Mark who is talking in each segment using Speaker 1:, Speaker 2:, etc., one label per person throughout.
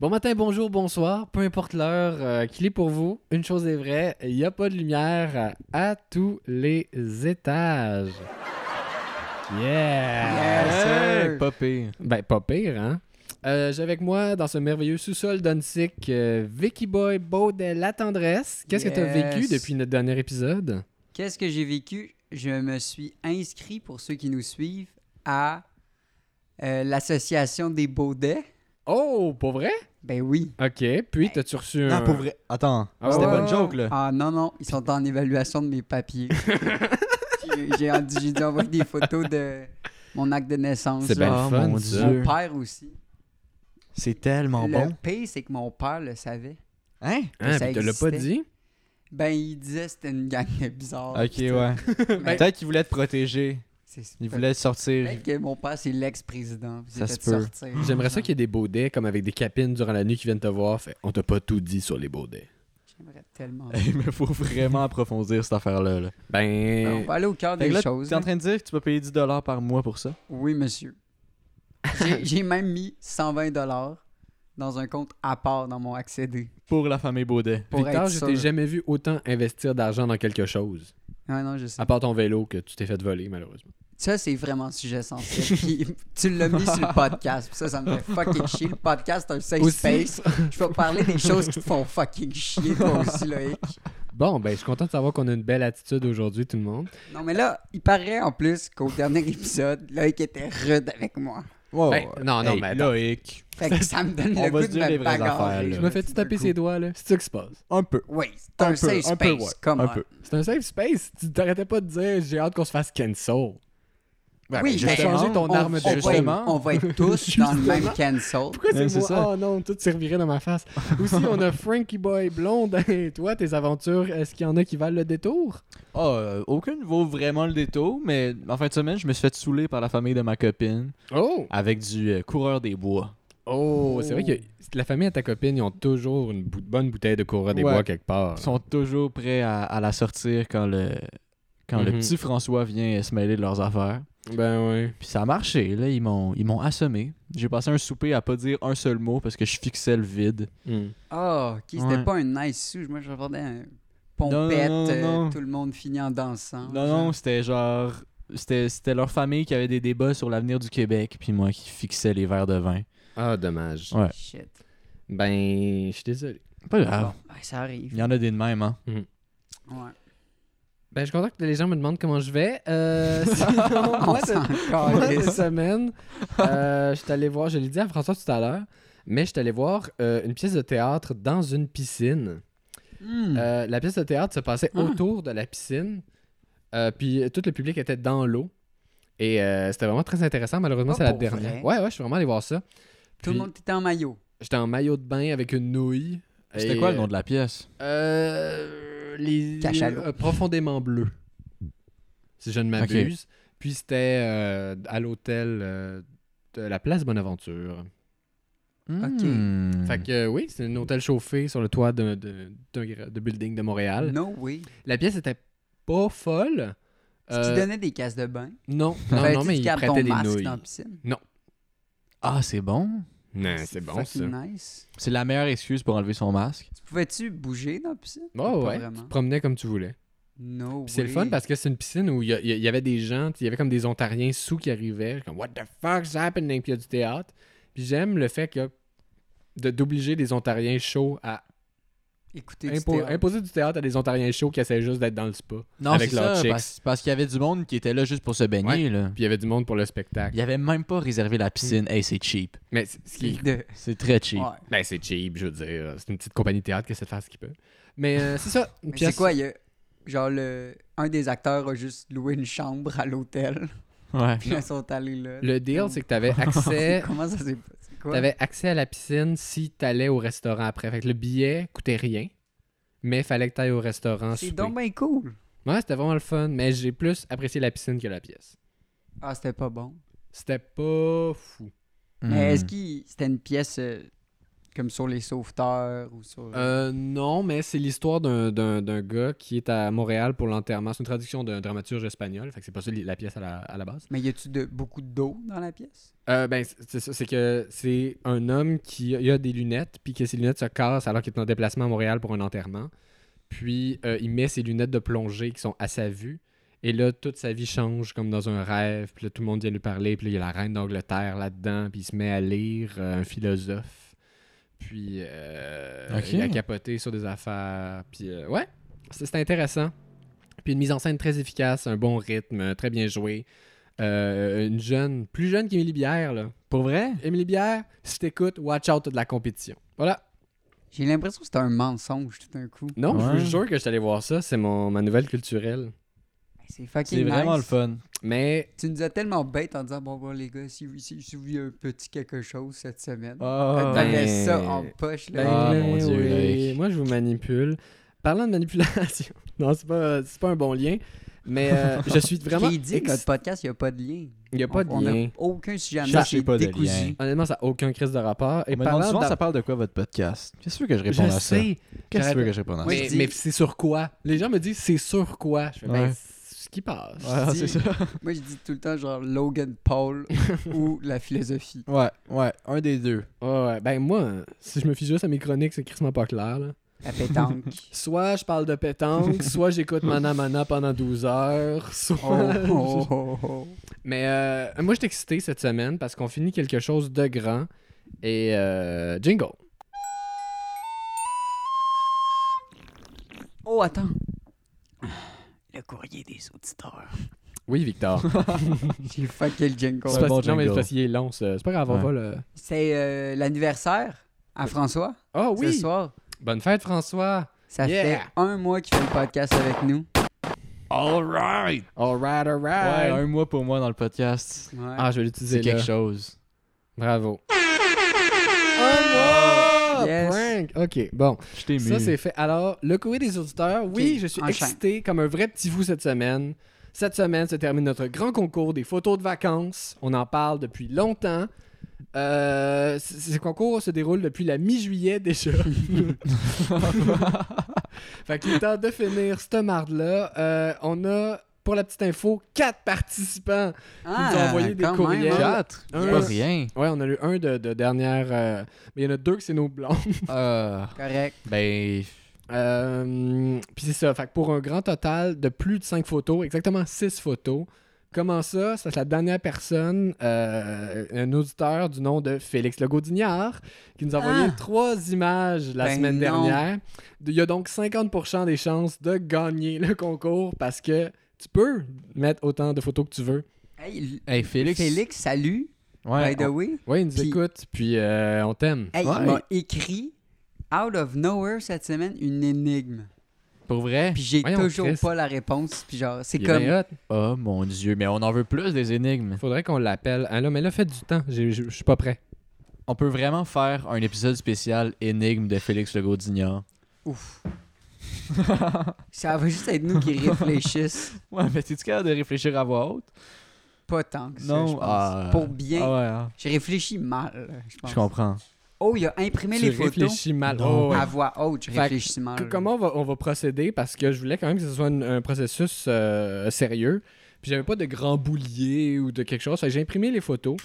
Speaker 1: Bon matin, bonjour, bonsoir, peu importe l'heure euh, qu'il est pour vous, une chose est vraie, il n'y a pas de lumière euh, à tous les étages. Yeah!
Speaker 2: Yes,
Speaker 3: Hey,
Speaker 2: sir.
Speaker 3: pas pire.
Speaker 1: Ben, pas pire, hein? Euh, J'ai avec moi, dans ce merveilleux sous-sol d'Onsic, euh, Vicky Boy Baudel La Tendresse. Qu'est-ce que tu as
Speaker 2: Yes.
Speaker 1: vécu depuis notre dernier épisode?
Speaker 2: Qu'est-ce que j'ai vécu? Je me suis inscrit, pour ceux qui nous suivent, à euh, l'association des Baudets.
Speaker 1: Oh, pour vrai?
Speaker 2: Ben oui.
Speaker 1: Ok, puis t'as-tu reçu un...
Speaker 3: Non, pour vrai. Attends,
Speaker 1: Ah
Speaker 3: c'était
Speaker 1: ouais.
Speaker 3: pas une joke, là.
Speaker 2: Ah non, non, ils sont en évaluation de mes papiers. J'ai- j'ai en- j'ai dû envoyer des photos de mon acte de naissance.
Speaker 1: C'est bien
Speaker 2: là.
Speaker 1: le
Speaker 3: Ah,
Speaker 1: fun,
Speaker 3: mon
Speaker 1: ça.
Speaker 3: Dieu.
Speaker 2: Mon père aussi.
Speaker 3: C'est tellement
Speaker 2: le
Speaker 3: bon.
Speaker 2: pire, c'est que mon père le savait.
Speaker 3: Hein?
Speaker 1: Hein,
Speaker 2: Ça
Speaker 1: puis tu l'as pas
Speaker 2: existait.
Speaker 1: dit?
Speaker 2: Ben, il disait que c'était une gang bizarre.
Speaker 3: Ok, ouais. Ben,
Speaker 2: Mais
Speaker 3: Peut-être qu'il voulait te protéger.
Speaker 2: Ben, c'est-
Speaker 3: Il voulait te sortir.
Speaker 2: Peut-être que mon père, c'est l'ex-président. puis il
Speaker 3: Ça
Speaker 2: s'est
Speaker 3: se
Speaker 2: fait
Speaker 3: peut.
Speaker 2: sortir.
Speaker 1: J'aimerais ça qu'il y ait des baudets, comme avec des capines durant la nuit qui viennent te voir. Fait, on t'a pas tout dit sur les baudets.
Speaker 2: J'aimerais tellement.
Speaker 3: Mais faut vraiment approfondir cette affaire-là. Là.
Speaker 2: On
Speaker 1: Ben...
Speaker 2: va aller au cœur
Speaker 3: Fait
Speaker 2: des
Speaker 3: que là,
Speaker 2: choses.
Speaker 3: t'es en train de dire que tu vas payer 10$ par mois pour ça?
Speaker 2: Oui, monsieur. J'ai- J'ai même mis 120 dollars dans un compte à part dans mon accédé.
Speaker 3: Pour la famille Baudet.
Speaker 2: Pour
Speaker 1: Victor,
Speaker 2: être
Speaker 1: je
Speaker 2: sûr.
Speaker 1: t'ai jamais vu autant investir d'argent dans quelque chose.
Speaker 2: Ouais, non, je sais.
Speaker 1: À part ton vélo que tu t'es fait voler, malheureusement.
Speaker 2: Ça, c'est vraiment un sujet sensible. Puis, tu l'as mis sur le podcast. Puis Ça, ça me fait fucking chier. Le podcast, c'est un safe
Speaker 1: Aussi.
Speaker 2: space. Je vais parler des choses qui te font fucking chier, toi aussi, Loïc.
Speaker 1: Bon, ben, je suis content de savoir qu'on a une belle attitude aujourd'hui, tout le monde.
Speaker 2: Non, mais là, il paraît en plus qu'au dernier épisode, Loïc était rude avec moi.
Speaker 3: Wow.
Speaker 1: Ben, non, non,
Speaker 3: Hey,
Speaker 1: mais attends.
Speaker 3: Loïc.
Speaker 2: Fait que ça me donne
Speaker 3: On
Speaker 2: le
Speaker 3: va
Speaker 2: goût
Speaker 3: se
Speaker 2: de
Speaker 3: dire
Speaker 2: me
Speaker 3: les vraies
Speaker 2: bagarrer,
Speaker 3: affaires, là.
Speaker 1: Je
Speaker 2: là,
Speaker 1: me fais-tu
Speaker 2: tout
Speaker 1: taper
Speaker 2: d'un
Speaker 1: ses
Speaker 2: coup.
Speaker 1: doigts, là? C'est ça qui se passe.
Speaker 3: Un peu.
Speaker 2: Oui, c'est un,
Speaker 3: peu,
Speaker 2: safe
Speaker 3: un peu,
Speaker 2: space.
Speaker 3: ouais,
Speaker 2: Come
Speaker 3: un
Speaker 2: on.
Speaker 3: peu.
Speaker 1: C'est un safe space. Tu t'arrêtais pas de dire j'ai hâte qu'on se fasse cancel.
Speaker 2: Oui,
Speaker 3: Ben, ben,
Speaker 2: mais-
Speaker 3: justement,
Speaker 1: Changer ton
Speaker 2: on,
Speaker 1: arme
Speaker 2: on
Speaker 1: de
Speaker 2: va être-
Speaker 3: Justement.
Speaker 2: on va être tous dans le même cancel.
Speaker 1: Pourquoi c'est
Speaker 3: Ouais, c'est
Speaker 1: moi?
Speaker 3: ça.
Speaker 1: Oh non, tout servirait dans ma face. Aussi, on a Frankie Boy Blonde. Et toi, tes aventures, est-ce qu'il y en a qui valent le détour?
Speaker 3: Ah, euh, aucune vaut vraiment le détour, mais en fin de semaine, je me suis fait saouler par la famille de ma copine
Speaker 1: Oh!
Speaker 3: avec du euh, coureur des bois.
Speaker 1: Oh, c'est vrai que la famille à ta copine, ils ont toujours une bou- bonne bouteille de Cora des
Speaker 3: Ouais.
Speaker 1: Bois quelque part.
Speaker 3: Ils sont toujours prêts à, à la sortir quand le quand le
Speaker 1: Mhm.
Speaker 3: petit François vient se mêler de leurs affaires.
Speaker 1: Ben oui.
Speaker 3: Puis ça a marché, là, ils m'ont ils m'ont assommé. J'ai passé un souper à pas dire un seul mot parce que je fixais le vide.
Speaker 2: Ah, ok, c'était
Speaker 3: Ouais.
Speaker 2: pas un nice sou. Moi, je regardais un
Speaker 3: Non,
Speaker 2: pompette,
Speaker 3: non, non,
Speaker 2: euh,
Speaker 3: non.
Speaker 2: tout le monde finit en dansant.
Speaker 3: Non non, c'était genre c'était c'était leur famille qui avait des débats sur l'avenir du Québec, puis moi qui fixais les verres de vin.
Speaker 1: Ah, dommage.
Speaker 3: Ouais.
Speaker 2: Shit.
Speaker 1: Ben, je suis désolé.
Speaker 3: Pas
Speaker 1: Ah.
Speaker 3: grave.
Speaker 2: Bon, ben, ça arrive.
Speaker 3: Il y en a des de même, hein.
Speaker 2: Ouais.
Speaker 1: Ben, je suis content que les gens me demandent comment je vais. Euh, sinon,
Speaker 2: On
Speaker 1: moi, cette-
Speaker 2: s'en
Speaker 1: moi,
Speaker 2: calisse.
Speaker 1: cette semaine, euh, je suis allé voir, je l'ai dit à François tout à l'heure, mais je suis allé voir euh, une pièce de théâtre dans une piscine.
Speaker 2: Hmm. Ah.
Speaker 1: Euh, la pièce de théâtre se passait autour de la piscine, euh, puis euh, tout le public était dans l'eau. Et euh, c'était vraiment très intéressant. Malheureusement,
Speaker 2: Pas
Speaker 1: c'est la
Speaker 2: Ah, pour
Speaker 1: dernière.
Speaker 2: vrai.
Speaker 1: Ouais, ouais, je suis vraiment allé voir ça.
Speaker 2: Tout
Speaker 1: Puis-
Speaker 2: le monde était en maillot.
Speaker 1: J'étais en maillot de bain avec une nouille.
Speaker 3: C'était
Speaker 1: Et,
Speaker 3: quoi le nom de la pièce
Speaker 1: euh, les
Speaker 2: Cachalot.
Speaker 1: euh, profondément bleu. Si je ne m'abuse. Puis c'était euh, à l'hôtel euh, de la place Bonaventure.
Speaker 2: ok.
Speaker 3: Hmm.
Speaker 1: Fait que euh, oui, c'est un hôtel chauffé sur le toit d'un de, d'un gra- de building de Montréal.
Speaker 2: No way.
Speaker 1: La pièce était pas folle.
Speaker 2: Est-ce qu'ils
Speaker 1: Euh,
Speaker 2: donnaient des cases de bain?
Speaker 1: Non, non, non,
Speaker 2: Fallait-tu que
Speaker 1: mais
Speaker 2: tu
Speaker 1: il
Speaker 2: gardes ton
Speaker 1: prêtait des
Speaker 2: masque
Speaker 1: nouilles.
Speaker 2: dans la piscine?
Speaker 3: Ah, c'est bon.
Speaker 1: Non, Ben, c'est bon ça.
Speaker 2: fucking nice.
Speaker 3: C'est la meilleure excuse pour enlever son masque.
Speaker 2: Tu pouvais-tu bouger dans la piscine?
Speaker 1: Oh,
Speaker 2: Pas
Speaker 1: ouais, tu
Speaker 2: vraiment.
Speaker 1: te promenais comme tu voulais.
Speaker 2: No
Speaker 1: Puis c'est le
Speaker 2: way.
Speaker 1: fun parce que c'est une piscine où il y, a- il y a- il y avait des gens, il y avait comme des Ontariens sous qui arrivaient, comme What the fuck's happening? Puis il y a du théâtre. Puis j'aime le fait que de- d'obliger des Ontariens chauds à
Speaker 2: Écoutez,
Speaker 1: impo- imposer du théâtre à des Ontariens chauds qui essaient juste d'être dans le spa.
Speaker 3: Non,
Speaker 1: Avec
Speaker 3: c'est
Speaker 1: leurs
Speaker 3: ça,
Speaker 1: chicks.
Speaker 3: parce, parce qu'il y avait du monde qui était là juste pour se baigner. Là.
Speaker 1: Puis il y avait du monde pour le spectacle.
Speaker 3: Il avait même pas réservé la piscine. Hey, c'est cheap.
Speaker 1: Mais c- ce qui-
Speaker 2: de...
Speaker 3: C'est très cheap.
Speaker 2: Ouais.
Speaker 1: ben, c'est cheap, je veux dire. C'est une petite compagnie de théâtre qui essaie de faire ce qu'il peut. Mais euh, c'est ça. une
Speaker 2: Mais
Speaker 1: pièce-
Speaker 2: c'est quoi, il y a- genre, le... un des acteurs a juste loué une chambre à l'hôtel.
Speaker 3: Ouais.
Speaker 2: Puis là, ils sont allés là.
Speaker 1: Le deal, c'est que t'avais accès.
Speaker 2: Comment ça s'est passé? Quoi?
Speaker 1: T'avais accès à la piscine si t'allais au restaurant après. Fait que le billet coûtait rien, mais fallait que t'ailles au restaurant.
Speaker 2: C'est
Speaker 1: souper.
Speaker 2: donc bien cool.
Speaker 1: Ouais, c'était vraiment le fun, mais j'ai plus apprécié la piscine que la pièce.
Speaker 2: Ah, c'était pas bon.
Speaker 1: C'était pas fou. Hmm.
Speaker 3: hmm.
Speaker 2: Mais est-ce que c'était une pièce euh, Comme sur les sauveteurs ou sur.
Speaker 1: Euh, non, mais c'est l'histoire d'un- d'un d'un gars qui est à Montréal pour l'enterrement. C'est une traduction d'un dramaturge espagnol. Fait que c'est pas ça li- la pièce à la, à la base.
Speaker 2: Mais y a-tu de, beaucoup d'eau dans la pièce?
Speaker 1: Euh, ben, c'est- c'est ça. C'est que c'est un homme qui a, il a des lunettes, puis que ses lunettes se cassent alors qu'il est en déplacement à Montréal pour un enterrement. Puis euh, il met ses lunettes de plongée qui sont à sa vue. Et là, toute sa vie change comme dans un rêve. Puis là, tout le monde vient lui parler. Puis là, il y a la reine d'Angleterre là-dedans. Puis il se met à lire euh, un philosophe. Puis euh,
Speaker 3: Ok.
Speaker 1: il a capoté sur des affaires. Puis euh, ouais, c'est c'est intéressant. Puis une mise en scène très efficace, un bon rythme, très bien joué. Euh, une jeune, plus jeune qu'Émilie Bière, là.
Speaker 3: Pour vrai?
Speaker 1: Émilie Bière, si t'écoutes, watch out t'as de la compétition. Voilà.
Speaker 2: J'ai l'impression que c'est un mensonge tout d'un coup.
Speaker 1: Non, je
Speaker 3: Ouais.
Speaker 1: vous jure que je suis allé voir ça. C'est mon, ma nouvelle culturelle.
Speaker 2: C'est fucking
Speaker 3: C'est vraiment
Speaker 2: nice.
Speaker 3: le fun.
Speaker 1: Mais
Speaker 2: Tu nous as tellement bête en disant Bon, bon, les gars, si vous, si, si vous voyez un petit quelque chose cette semaine,
Speaker 3: Ah,
Speaker 1: ben,
Speaker 2: Euh, t'avais ça en poche. Là.
Speaker 1: Ben
Speaker 3: Ah,
Speaker 1: là,
Speaker 3: mon Dieu, Loïc.
Speaker 1: Moi, je vous manipule. Parlant de manipulation, non, c'est pas, c'est pas un bon lien, mais euh, je suis vraiment.
Speaker 2: Qui dit que
Speaker 1: ex-
Speaker 2: notre podcast, il n'y a pas de lien.
Speaker 1: Il n'y a pas de
Speaker 2: On- on a
Speaker 1: lien.
Speaker 2: aucun sujet à
Speaker 3: Je
Speaker 2: mettre,
Speaker 3: sais
Speaker 2: c'est
Speaker 3: pas de
Speaker 2: décousu.
Speaker 3: lien.
Speaker 1: Honnêtement, ça n'a aucun crise de rapport. Et
Speaker 3: On me demande
Speaker 1: parlant
Speaker 3: souvent,
Speaker 1: d'ar-
Speaker 3: ça parle de quoi votre podcast? Qu'est-ce que tu veux que je
Speaker 1: je
Speaker 3: réponde à ça?
Speaker 1: sais,
Speaker 3: Qu'est-ce que tu veux que je réponde à
Speaker 2: Moi,
Speaker 1: mais,
Speaker 2: je dis-
Speaker 1: mais c'est sur quoi Les gens me disent c'est sur quoi Je fais ben,
Speaker 3: Ouais.
Speaker 1: c'est ce qui passe.
Speaker 3: ça? Ouais,
Speaker 2: dis-
Speaker 3: c'est ça.
Speaker 2: Moi, je dis tout le temps genre Logan Paul ou la philosophie.
Speaker 3: Ouais, ouais, un des deux.
Speaker 1: Ouais, ouais. ben moi, si je me fie juste à mes chroniques, c'est crissement pas clair. là.
Speaker 2: La pétanque.
Speaker 1: Soit je parle de pétanque, soit j'écoute Mana Mana pendant 12 heures, soit...
Speaker 2: oh, oh, oh, oh.
Speaker 1: Mais euh, moi, je suis excité cette semaine parce qu'on finit quelque chose de grand. Et euh, jingle.
Speaker 2: Oh, attends. Ah, Le courrier des auditeurs.
Speaker 1: Oui, Victor.
Speaker 2: J'ai fucké le jingle.
Speaker 1: C'est
Speaker 3: un
Speaker 1: parce-
Speaker 3: bon
Speaker 1: non, mais
Speaker 3: jingle.
Speaker 1: c'est parce qu'il est long. ça. C'est pas grave, on
Speaker 3: Ouais.
Speaker 1: va le...
Speaker 2: C'est euh, l'anniversaire à François
Speaker 1: Ah
Speaker 2: ce
Speaker 1: oui!
Speaker 2: soir.
Speaker 1: Bonne fête, François!
Speaker 2: Ça
Speaker 1: Yeah.
Speaker 2: fait un mois qu'il fait le podcast avec nous.
Speaker 3: All right!
Speaker 1: All right, all
Speaker 3: Ouais,
Speaker 1: right!
Speaker 3: un mois pour moi dans le podcast.
Speaker 2: Ouais.
Speaker 1: Ah, je vais l'utiliser
Speaker 3: C'est quelque
Speaker 1: là.
Speaker 3: chose.
Speaker 1: Bravo.
Speaker 2: Oh, yes.
Speaker 1: Prank! OK, bon.
Speaker 3: Je t'ai mis.
Speaker 1: Ça, c'est fait. Alors, le courrier des auditeurs, oui,
Speaker 2: Ok,
Speaker 1: je suis
Speaker 2: enchaîne.
Speaker 1: excité comme un vrai petit fou cette semaine. Cette semaine se termine notre grand concours des photos de vacances. On en parle depuis longtemps. Euh, c- ce concours se déroule depuis la mi-juillet déjà. fait qu'il est temps de finir cette marde-là. Euh, on a, pour la petite info, quatre participants.
Speaker 2: Ah,
Speaker 1: nous a envoyé des
Speaker 2: quand
Speaker 1: courriels.
Speaker 2: hein.
Speaker 3: Quatre?
Speaker 1: Un-
Speaker 3: C'est Pas rien.
Speaker 1: Ouais, on a eu un de, de dernière. euh, mais il y en a deux que c'est nos blondes.
Speaker 3: Euh,
Speaker 2: Correct.
Speaker 3: ben,
Speaker 1: Euh, Puis c'est ça. Fait que pour un grand total de plus de 5 photos, exactement 6 photos. Comment ça? C'est la dernière personne, euh, un auditeur du nom de Félix Legaudignard, qui nous a envoyé
Speaker 2: Ah!
Speaker 1: trois images la
Speaker 2: Ben
Speaker 1: semaine
Speaker 2: non.
Speaker 1: dernière. Il y a donc 50% des chances de gagner le concours parce que tu peux mettre autant de photos que tu veux.
Speaker 2: Hey,
Speaker 3: hey, Félix.
Speaker 2: Félix. salut.
Speaker 3: Ouais,
Speaker 2: by the way.
Speaker 1: Oui, il nous
Speaker 2: Puis-
Speaker 1: écoute, puis euh, on t'aime.
Speaker 2: Hey,
Speaker 3: Ouais.
Speaker 2: il m'a écrit out of nowhere cette semaine une énigme.
Speaker 3: on- pour vrai?
Speaker 2: Puis j'ai
Speaker 1: Voyons,
Speaker 2: toujours
Speaker 1: Chris.
Speaker 2: pas la réponse. Puis genre, c'est
Speaker 1: Il est
Speaker 2: comme.
Speaker 1: bien hot.
Speaker 3: Oh mon dieu, mais on en veut plus des énigmes.
Speaker 1: Faudrait qu'on l'appelle. Ah là, mais là, faites du temps. J'ai- Je je suis pas prêt.
Speaker 3: On peut vraiment faire un épisode spécial énigme de Félix Legault d'Ignard.
Speaker 2: Ouf. ça va juste être nous qui réfléchissent.
Speaker 3: Ouais, mais t'es-tu capable de réfléchir à voix haute?
Speaker 2: Pas tant que ça,
Speaker 3: Non,
Speaker 2: je pense.
Speaker 3: ah.
Speaker 2: Pour bien.
Speaker 3: Ah ouais, hein.
Speaker 2: J'ai réfléchi mal, je pense.
Speaker 3: je comprends.
Speaker 2: Oh, il a imprimé
Speaker 1: Tu
Speaker 2: les photos
Speaker 1: réfléchis mal.
Speaker 3: Non.
Speaker 1: Oh, ouais.
Speaker 2: à voix haute. Je
Speaker 1: Fait que-
Speaker 2: réfléchis mal.
Speaker 1: Que- comment on va, on va procéder parce que je voulais quand même que ce soit un, un processus euh, sérieux. Puis j'avais pas de grand boulier ou de quelque chose. Fait que J'ai imprimé les photos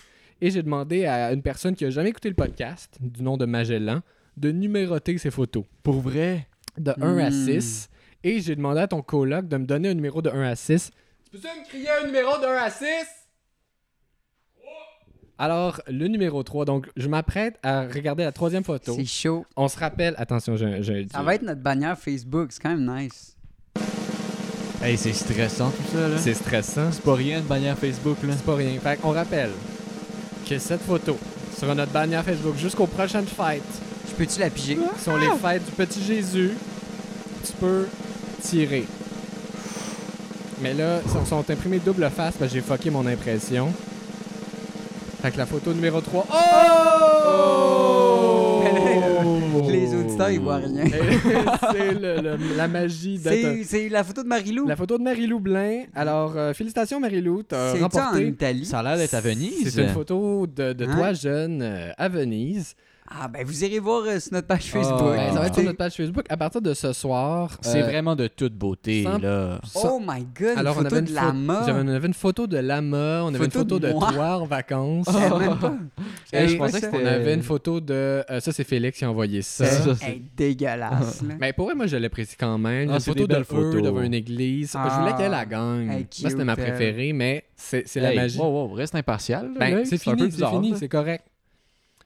Speaker 1: et j'ai demandé à une personne qui a jamais écouté le podcast, du nom de Magellan, de numéroter ses photos
Speaker 3: Pour vrai?
Speaker 1: de 1 à
Speaker 2: Hmm.
Speaker 1: 6. Et j'ai demandé à ton coloc de me donner un numéro de 1 à 6. Tu peux-tu me crier un numéro de 1 à 6? Alors, le numéro 3, donc je m'apprête à regarder la troisième photo.
Speaker 2: C'est chaud.
Speaker 1: On se rappelle, attention, j'ai j'ai-
Speaker 2: Ça va être notre bannière Facebook. C'est quand même nice.
Speaker 3: Hey, c'est stressant tout ça, là.
Speaker 1: c'est stressant.
Speaker 3: C'est pas rien de bannière Facebook, là.
Speaker 1: C'est pas rien. Fait qu'on rappelle que cette photo sera notre bannière Facebook jusqu'aux prochaines fêtes,
Speaker 2: Je peux-tu la piger?
Speaker 1: qui sont les fêtes du petit Jésus. Tu peux tirer. Mais là, ils sont- sont imprimés double face parce que j'ai fucké mon impression. Fait que la photo numéro 3. Oh!
Speaker 2: Oh! Les auditeurs, ils voient rien.
Speaker 1: C'est le- le- la magie d'être. un-
Speaker 2: C'est c'est la photo de Marilou.
Speaker 1: La photo euh, de Marie-Lou Blin. Alors, euh, félicitations Marie-Lou, t'as
Speaker 2: C'est ça en
Speaker 1: remporté.
Speaker 2: Italie.
Speaker 3: Ça a l'air d'être à Ah, ben, Venise.
Speaker 1: C'est une photo de, de
Speaker 2: Hein?
Speaker 1: toi jeune euh, à Venise.
Speaker 2: Ah, ben vous irez voir euh, sur notre page Facebook.
Speaker 1: Ben, ça va être sur
Speaker 2: Écoutez,
Speaker 1: notre page Facebook. À partir de ce soir,
Speaker 3: C'est
Speaker 1: euh,
Speaker 3: vraiment de toute beauté,
Speaker 1: sans-
Speaker 3: là.
Speaker 1: ça-
Speaker 2: Oh my god,
Speaker 1: Alors,
Speaker 2: une
Speaker 1: on
Speaker 2: photo
Speaker 1: avait une,
Speaker 2: de
Speaker 1: pho-
Speaker 2: la mort.
Speaker 1: j'avais- on avait une photo de lama, on avait une
Speaker 2: Photo
Speaker 1: photo
Speaker 2: de
Speaker 1: de,
Speaker 2: moi.
Speaker 1: toi en vacances.
Speaker 2: Je savais même pas.
Speaker 3: Eh, je
Speaker 2: Hey,
Speaker 3: pensais
Speaker 2: ça,
Speaker 3: que
Speaker 1: on
Speaker 3: c'était-
Speaker 1: avait une photo de. euh, ça, c'est Félix qui a envoyé ça.
Speaker 3: C'est ça,
Speaker 2: c'est hey, dégueulasse. là.
Speaker 1: Mais pour vrai, moi, je l'apprécie quand même.
Speaker 3: Ah,
Speaker 1: une
Speaker 3: c'est
Speaker 1: photo
Speaker 3: des
Speaker 1: de
Speaker 3: belles
Speaker 1: eux
Speaker 3: photos.
Speaker 1: devant une église. Je voulais
Speaker 2: Ah.
Speaker 1: qu'elle la gagne.
Speaker 2: Hey,
Speaker 1: Moi, c'était
Speaker 2: cute,
Speaker 1: ma
Speaker 2: elle.
Speaker 1: préférée, mais c'est c'est la
Speaker 3: Hey,
Speaker 1: magie.
Speaker 3: Wow, wow, reste impartial. là,
Speaker 1: Ben,
Speaker 3: Luc,
Speaker 1: c'est
Speaker 3: un peu
Speaker 1: fini, c'est
Speaker 3: bizarre,
Speaker 1: fini,
Speaker 3: là.
Speaker 1: c'est correct.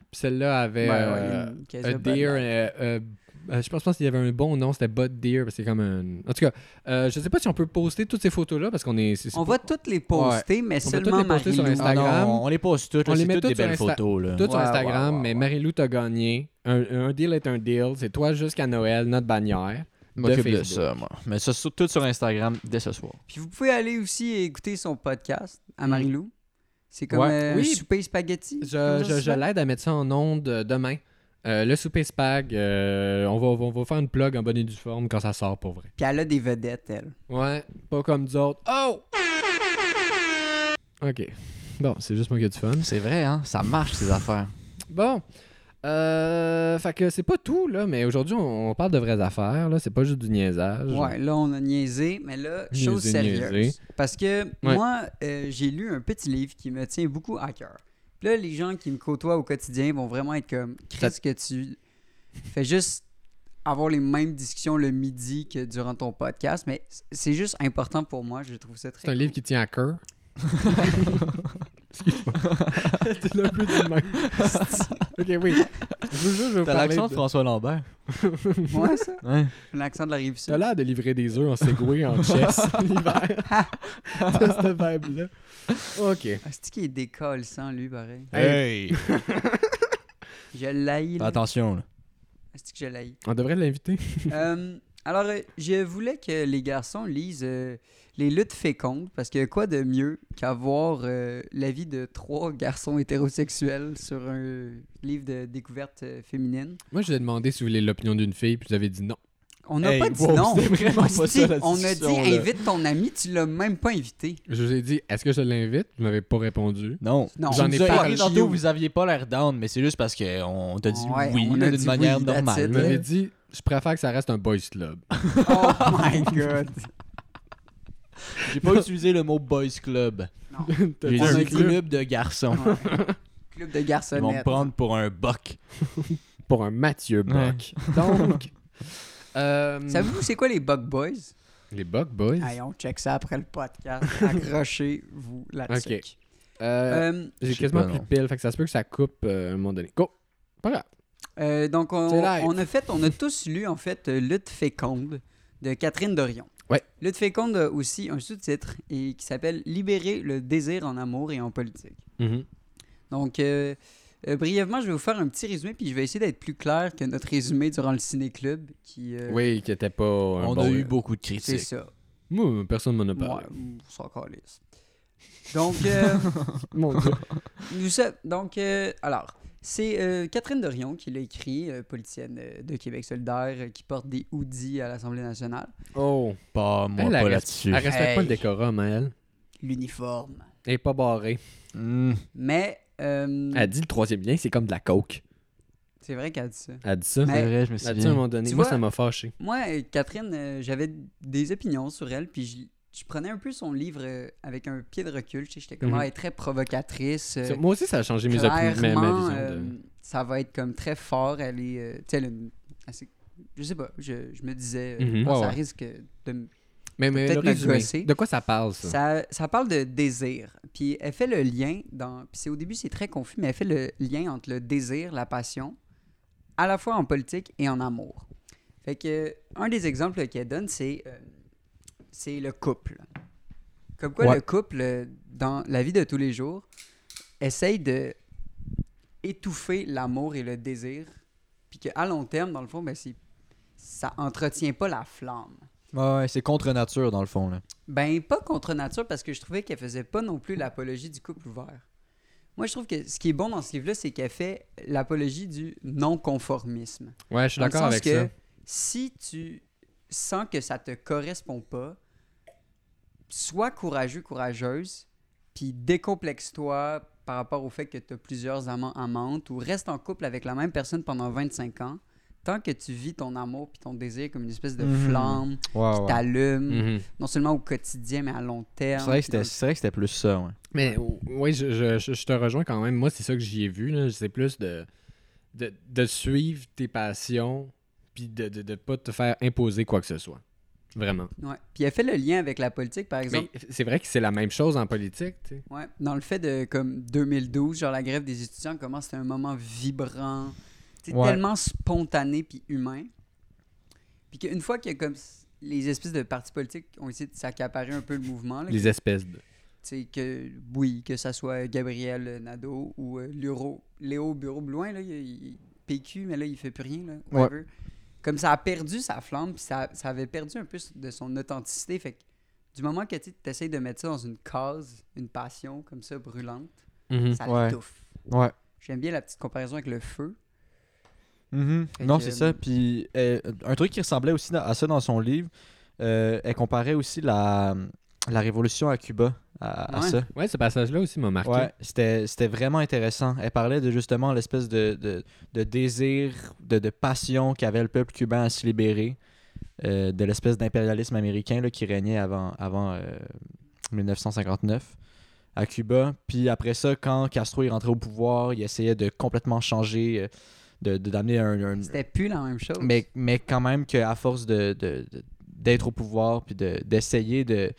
Speaker 1: Puis celle-là avait
Speaker 2: Ouais,
Speaker 1: euh,
Speaker 2: Ben, ouais, une-
Speaker 1: a
Speaker 2: quasiment pas de
Speaker 1: deer.
Speaker 2: like.
Speaker 1: euh, euh, euh, je pense, je pense qu'il y avait un bon nom, c'était Bud Deer, parce que c'est comme un. En tout cas, euh, je sais pas si on peut poster toutes ces photos-là, parce qu'on est. c'est- c'est
Speaker 2: On
Speaker 1: pas-
Speaker 2: va toutes les poster, mais
Speaker 1: On va
Speaker 2: seulement
Speaker 1: toutes les poster sur
Speaker 2: Marie-Lou.
Speaker 1: Instagram.
Speaker 3: Ah non, on les pose toutes,
Speaker 1: On
Speaker 3: là,
Speaker 1: les
Speaker 3: c'est
Speaker 1: met
Speaker 3: toutes
Speaker 1: toutes
Speaker 3: des
Speaker 1: sur
Speaker 3: belles
Speaker 1: Insta-
Speaker 3: photos. Là.
Speaker 1: Tout sur
Speaker 2: Ouais,
Speaker 1: Instagram,
Speaker 2: ouais, ouais,
Speaker 1: mais
Speaker 2: ouais.
Speaker 1: Marie-Lou t'a gagné. Un, un deal est un deal. C'est toi jusqu'à Noël, notre bannière.
Speaker 3: Je m'occupe
Speaker 1: de
Speaker 3: de,
Speaker 1: Facebook.
Speaker 3: ça, moi. Mais ça, sur- tout sur Instagram dès ce soir.
Speaker 2: Puis vous pouvez aller aussi écouter son podcast à
Speaker 1: Mm.
Speaker 2: Marie-Lou. C'est comme
Speaker 1: Ouais.
Speaker 2: euh,
Speaker 1: Oui.
Speaker 2: souper spaghetti.
Speaker 1: Je,
Speaker 2: c'est comme ça,
Speaker 1: je-
Speaker 2: ça
Speaker 1: je
Speaker 2: s'appelle?
Speaker 1: l'aide à mettre ça en onde euh, demain. Euh, le souper spag, euh, on, va, on va faire une plug en bonne et due forme quand ça sort pour vrai.
Speaker 2: Puis elle a des vedettes, elle.
Speaker 1: Ouais, pas comme d'autres. Oh! Ok. Bon, c'est juste moi qui ai du fun.
Speaker 3: C'est vrai, hein? Ça marche, ces affaires.
Speaker 1: Bon. Euh, fait que c'est pas tout, là, mais aujourd'hui, on, on parle de vraies affaires, là. C'est pas juste du niaisage.
Speaker 2: Ouais, là, on a niaisé, mais là,
Speaker 1: Niaisé,
Speaker 2: chose sérieuse.
Speaker 1: niaisé.
Speaker 2: Parce que moi, euh, j'ai lu un petit livre qui me tient beaucoup à cœur. Puis là, les gens qui me côtoient au quotidien vont vraiment être comme
Speaker 1: Ça-
Speaker 2: Qu'est-ce que tu fais juste avoir les mêmes discussions le midi que durant ton podcast, mais c- c'est juste important pour moi, je trouve ça très
Speaker 1: C'est un livre qui tient à cœur. Excuse-moi. Tu l'as un peu dit de même. ok, oui. Je vous jure, je vais vous
Speaker 3: T'as
Speaker 1: parler
Speaker 3: l'accent de
Speaker 1: de-
Speaker 3: François Lambert.
Speaker 2: Moi, ça,
Speaker 3: Hein?
Speaker 2: l'accent de la rive sud.
Speaker 1: T'as l'air de livrer des œufs en segway en chess l'hiver. T'as cette vibe-là. OK.
Speaker 2: Ah, c'est-tu qu'il est décolle sans lui, pareil?
Speaker 1: Hey.
Speaker 2: Je l'haïs, là.
Speaker 3: Attention, là.
Speaker 2: C'est que je l'haïs.
Speaker 1: On devrait l'inviter.
Speaker 2: Euh, alors, euh, je voulais que les garçons lisent euh, Les luttes fécondes, parce que quoi de mieux qu'avoir euh, l'avis de trois garçons hétérosexuels sur un euh, livre de découverte euh, féminine?
Speaker 1: Moi, je vous ai demandé si vous voulez l'opinion d'une fille, puis vous avez dit non.
Speaker 2: On n'a
Speaker 3: Hey,
Speaker 2: pas dit
Speaker 3: wow,
Speaker 2: non.
Speaker 3: c'était vraiment
Speaker 2: On,
Speaker 3: pas
Speaker 2: dit-
Speaker 3: ça, la
Speaker 2: on a dit
Speaker 3: discussion, là.
Speaker 2: invite ton ami, tu l'as même pas invité.
Speaker 1: Je vous ai dit, est-ce que je l'invite? Vous m'avez pas répondu.
Speaker 3: Non.
Speaker 2: Non.
Speaker 1: J'en
Speaker 3: Tu
Speaker 1: ai
Speaker 3: nous as
Speaker 1: parlé
Speaker 3: écrit tantôt, vous aviez pas l'air down, mais c'est juste parce qu'on t'a dit
Speaker 2: Ouais,
Speaker 3: oui
Speaker 2: on
Speaker 3: là,
Speaker 2: a
Speaker 3: d'une
Speaker 2: dit
Speaker 3: manière
Speaker 2: oui, that's
Speaker 3: normale.
Speaker 1: Vous
Speaker 2: it,
Speaker 3: là.
Speaker 1: m'avez dit, je préfère que ça reste un boys club.
Speaker 2: Oh my god.
Speaker 3: J'ai pas utilisé le mot boys club.
Speaker 2: Non.
Speaker 1: T'as
Speaker 3: J'ai
Speaker 1: dit
Speaker 3: dit
Speaker 1: un
Speaker 3: club.
Speaker 1: club
Speaker 3: de garçons.
Speaker 2: Ouais. Club de
Speaker 3: Ils vont me
Speaker 2: garçonnettes.
Speaker 3: prendre pour un buck.
Speaker 1: pour un Mathieu Buck. Donc, euh,
Speaker 2: Savez-vous c'est quoi les Bug Boys?
Speaker 1: les Buck Boys.
Speaker 2: Allez, on check ça après le podcast. Accrochez-vous là-dessus.
Speaker 1: Ok. Euh,
Speaker 2: Euh,
Speaker 1: J'ai
Speaker 3: je sais
Speaker 1: quasiment
Speaker 3: pas,
Speaker 1: plus de
Speaker 3: non.
Speaker 1: piles, fait que ça se peut que ça coupe euh, à un moment donné. Go! Pas grave.
Speaker 2: Euh, donc, on,
Speaker 1: C'est live.
Speaker 2: on a fait, on a tous lu, en fait, euh, Lutte féconde de Catherine Dorion.
Speaker 1: Ouais.
Speaker 2: Lutte féconde a aussi un sous-titre et qui s'appelle Libérer le désir en amour et en politique.
Speaker 1: Mm-hmm.
Speaker 2: Donc, euh, euh, brièvement, je vais vous faire un petit résumé, puis je vais essayer d'être plus clair que notre résumé durant le ciné-club, qui... euh,
Speaker 1: Oui, qui était pas un
Speaker 3: On
Speaker 1: bon-
Speaker 3: a eu beaucoup de
Speaker 2: C'est
Speaker 3: critiques.
Speaker 2: ça.
Speaker 1: Moi, personne m'en a
Speaker 2: Moi,
Speaker 1: parlé.
Speaker 2: on s'en calisse. Donc, euh,
Speaker 1: Mon Dieu.
Speaker 2: Nous sommes- donc, euh, alors, c'est euh, Catherine Dorion qui l'a écrit, euh, politicienne euh, de Québec solidaire, euh, qui porte des hoodies à l'Assemblée nationale.
Speaker 1: Oh.
Speaker 3: Pas
Speaker 1: Elle,
Speaker 3: moi,
Speaker 1: elle
Speaker 3: pas
Speaker 1: reste-
Speaker 3: là-dessus.
Speaker 1: Elle respecte
Speaker 2: Hey.
Speaker 1: pas le décorum, hein, elle.
Speaker 2: L'uniforme.
Speaker 1: Elle est pas barrée.
Speaker 3: Hmm.
Speaker 2: Mais, euh,
Speaker 1: Elle dit le troisième lien, c'est comme de la coke.
Speaker 2: c'est vrai qu'elle dit ça.
Speaker 1: Elle dit ça.
Speaker 2: Mais-
Speaker 3: C'est vrai, je me
Speaker 1: Elle dit ça à un
Speaker 3: souviens.
Speaker 1: moment donné.
Speaker 2: Tu
Speaker 1: Moi,
Speaker 2: vois-
Speaker 1: ça m'a fâché.
Speaker 2: Moi, euh, Catherine, euh, j'avais des opinions sur elle, puis je, je prenais un peu son livre euh, avec un pied de recul. Tu sais, J'étais comme,
Speaker 1: Mhm.
Speaker 2: ah, elle est très provocatrice. euh,
Speaker 1: Moi aussi, ça a changé mes opinions, ma, ma
Speaker 2: clairement,
Speaker 1: vision.
Speaker 2: euh,
Speaker 1: de-
Speaker 2: ça va être comme très fort. Elle est, euh, tu sais, elle a une- assez- je sais pas, je, je me disais, euh,
Speaker 1: Mhm.
Speaker 2: ah,
Speaker 1: Ouais,
Speaker 2: ça
Speaker 1: ouais.
Speaker 2: risque de me
Speaker 1: Mais, mais le
Speaker 2: peut-être me
Speaker 1: résumé,
Speaker 2: gosser.
Speaker 1: de quoi ça parle, ça?
Speaker 2: Ça, ça parle de désir. Puis elle fait le lien dans. Puis c'est- au début, c'est très confus, mais elle fait le lien entre le désir, la passion, à la fois en politique et en amour. Fait que un des exemples qu'elle donne, c'est euh, c'est le couple. Comme quoi,
Speaker 1: Ouais.
Speaker 2: le couple, euh, dans la vie de tous les jours, essaye de étouffer l'amour et le désir. Puis qu'à long terme, dans le fond, ben, c'est- ça entretient pas la flamme.
Speaker 3: Ouais, ouais, c'est contre nature, dans le fond. Là.
Speaker 2: Ben, pas contre nature, parce que je trouvais qu'elle faisait pas non plus l'apologie du couple ouvert. Moi, je trouve que ce qui est bon dans ce livre-là, c'est qu'elle fait l'apologie du non-conformisme.
Speaker 1: Ouais, je suis d'accord
Speaker 2: Dans le
Speaker 1: avec
Speaker 2: sens que
Speaker 1: ça.
Speaker 2: Si tu sens que ça te correspond pas, sois courageux, courageuse, puis décomplexe-toi, par rapport au fait que tu as plusieurs amants amantes ou reste en couple avec la même personne pendant 25 ans, tant que tu vis ton amour puis ton désir comme une espèce de
Speaker 3: Mhm.
Speaker 2: flamme qui t'allume,
Speaker 1: Mhm.
Speaker 2: non seulement au quotidien, mais à long terme.
Speaker 3: C'est vrai que
Speaker 2: puis dans
Speaker 3: c'était- c'est vrai que c'était plus ça, ouais.
Speaker 1: Mais o- oui, je, je- je- je te rejoins quand même. Moi, c'est ça que j'y ai vu. là. C'est plus de, de, de suivre tes passions puis de ne de, de pas te faire imposer quoi que ce soit. Vraiment.
Speaker 2: le- Ouais. Puis elle fait le lien avec la politique, par exemple.
Speaker 1: Mais c'est vrai que c'est la même chose en politique. tu sais.
Speaker 2: Ouais, dans le fait de comme 2012, genre la grève des étudiants, comment c'était un moment vibrant, c'est
Speaker 3: Ouais.
Speaker 2: tellement spontané puis humain. Puis qu'une fois que comme s- les espèces de partis politiques ont essayé de s'accaparer un peu le mouvement, là,
Speaker 1: Les espèces de.
Speaker 2: tu sais, que oui, que ça soit Gabriel Nadeau ou euh, Luro- Léo Bureau Blouin, là, il, il- PQ, mais là, il fait plus rien. Là, whatever. Comme ça a perdu sa flamme, puis ça, ça avait perdu un peu de son authenticité. Fait que du moment que tu essayes de mettre ça dans une cause, une passion comme ça, brûlante,
Speaker 1: Mm.
Speaker 2: ça
Speaker 3: Ouais.
Speaker 2: l'étouffe.
Speaker 3: Ouais.
Speaker 2: J'aime bien la petite comparaison avec le feu.
Speaker 3: Mhm.
Speaker 2: Fait
Speaker 3: Non,
Speaker 2: que-
Speaker 3: c'est ça. Puis euh, un truc qui ressemblait aussi à ça dans son livre, euh, elle comparait aussi la, la révolution à Cuba à, à
Speaker 2: Ouais.
Speaker 3: ça.
Speaker 1: Ouais, ce passage-là aussi m'a marqué.
Speaker 3: Ouais, c'était c'était vraiment intéressant. Elle parlait de justement l'espèce de, de, de désir, de, de passion qu'avait le peuple cubain à se libérer euh, de l'espèce d'impérialisme américain là, qui régnait avant, avant euh, 1959 à Cuba. Puis après ça, quand Castro est rentré au pouvoir, il essayait de complètement changer, euh, de de- d'amener un- un,
Speaker 2: C'était plus la même chose.
Speaker 3: mais, mais quand même qu'à force de, de- de- d'être au pouvoir, puis de, d'essayer de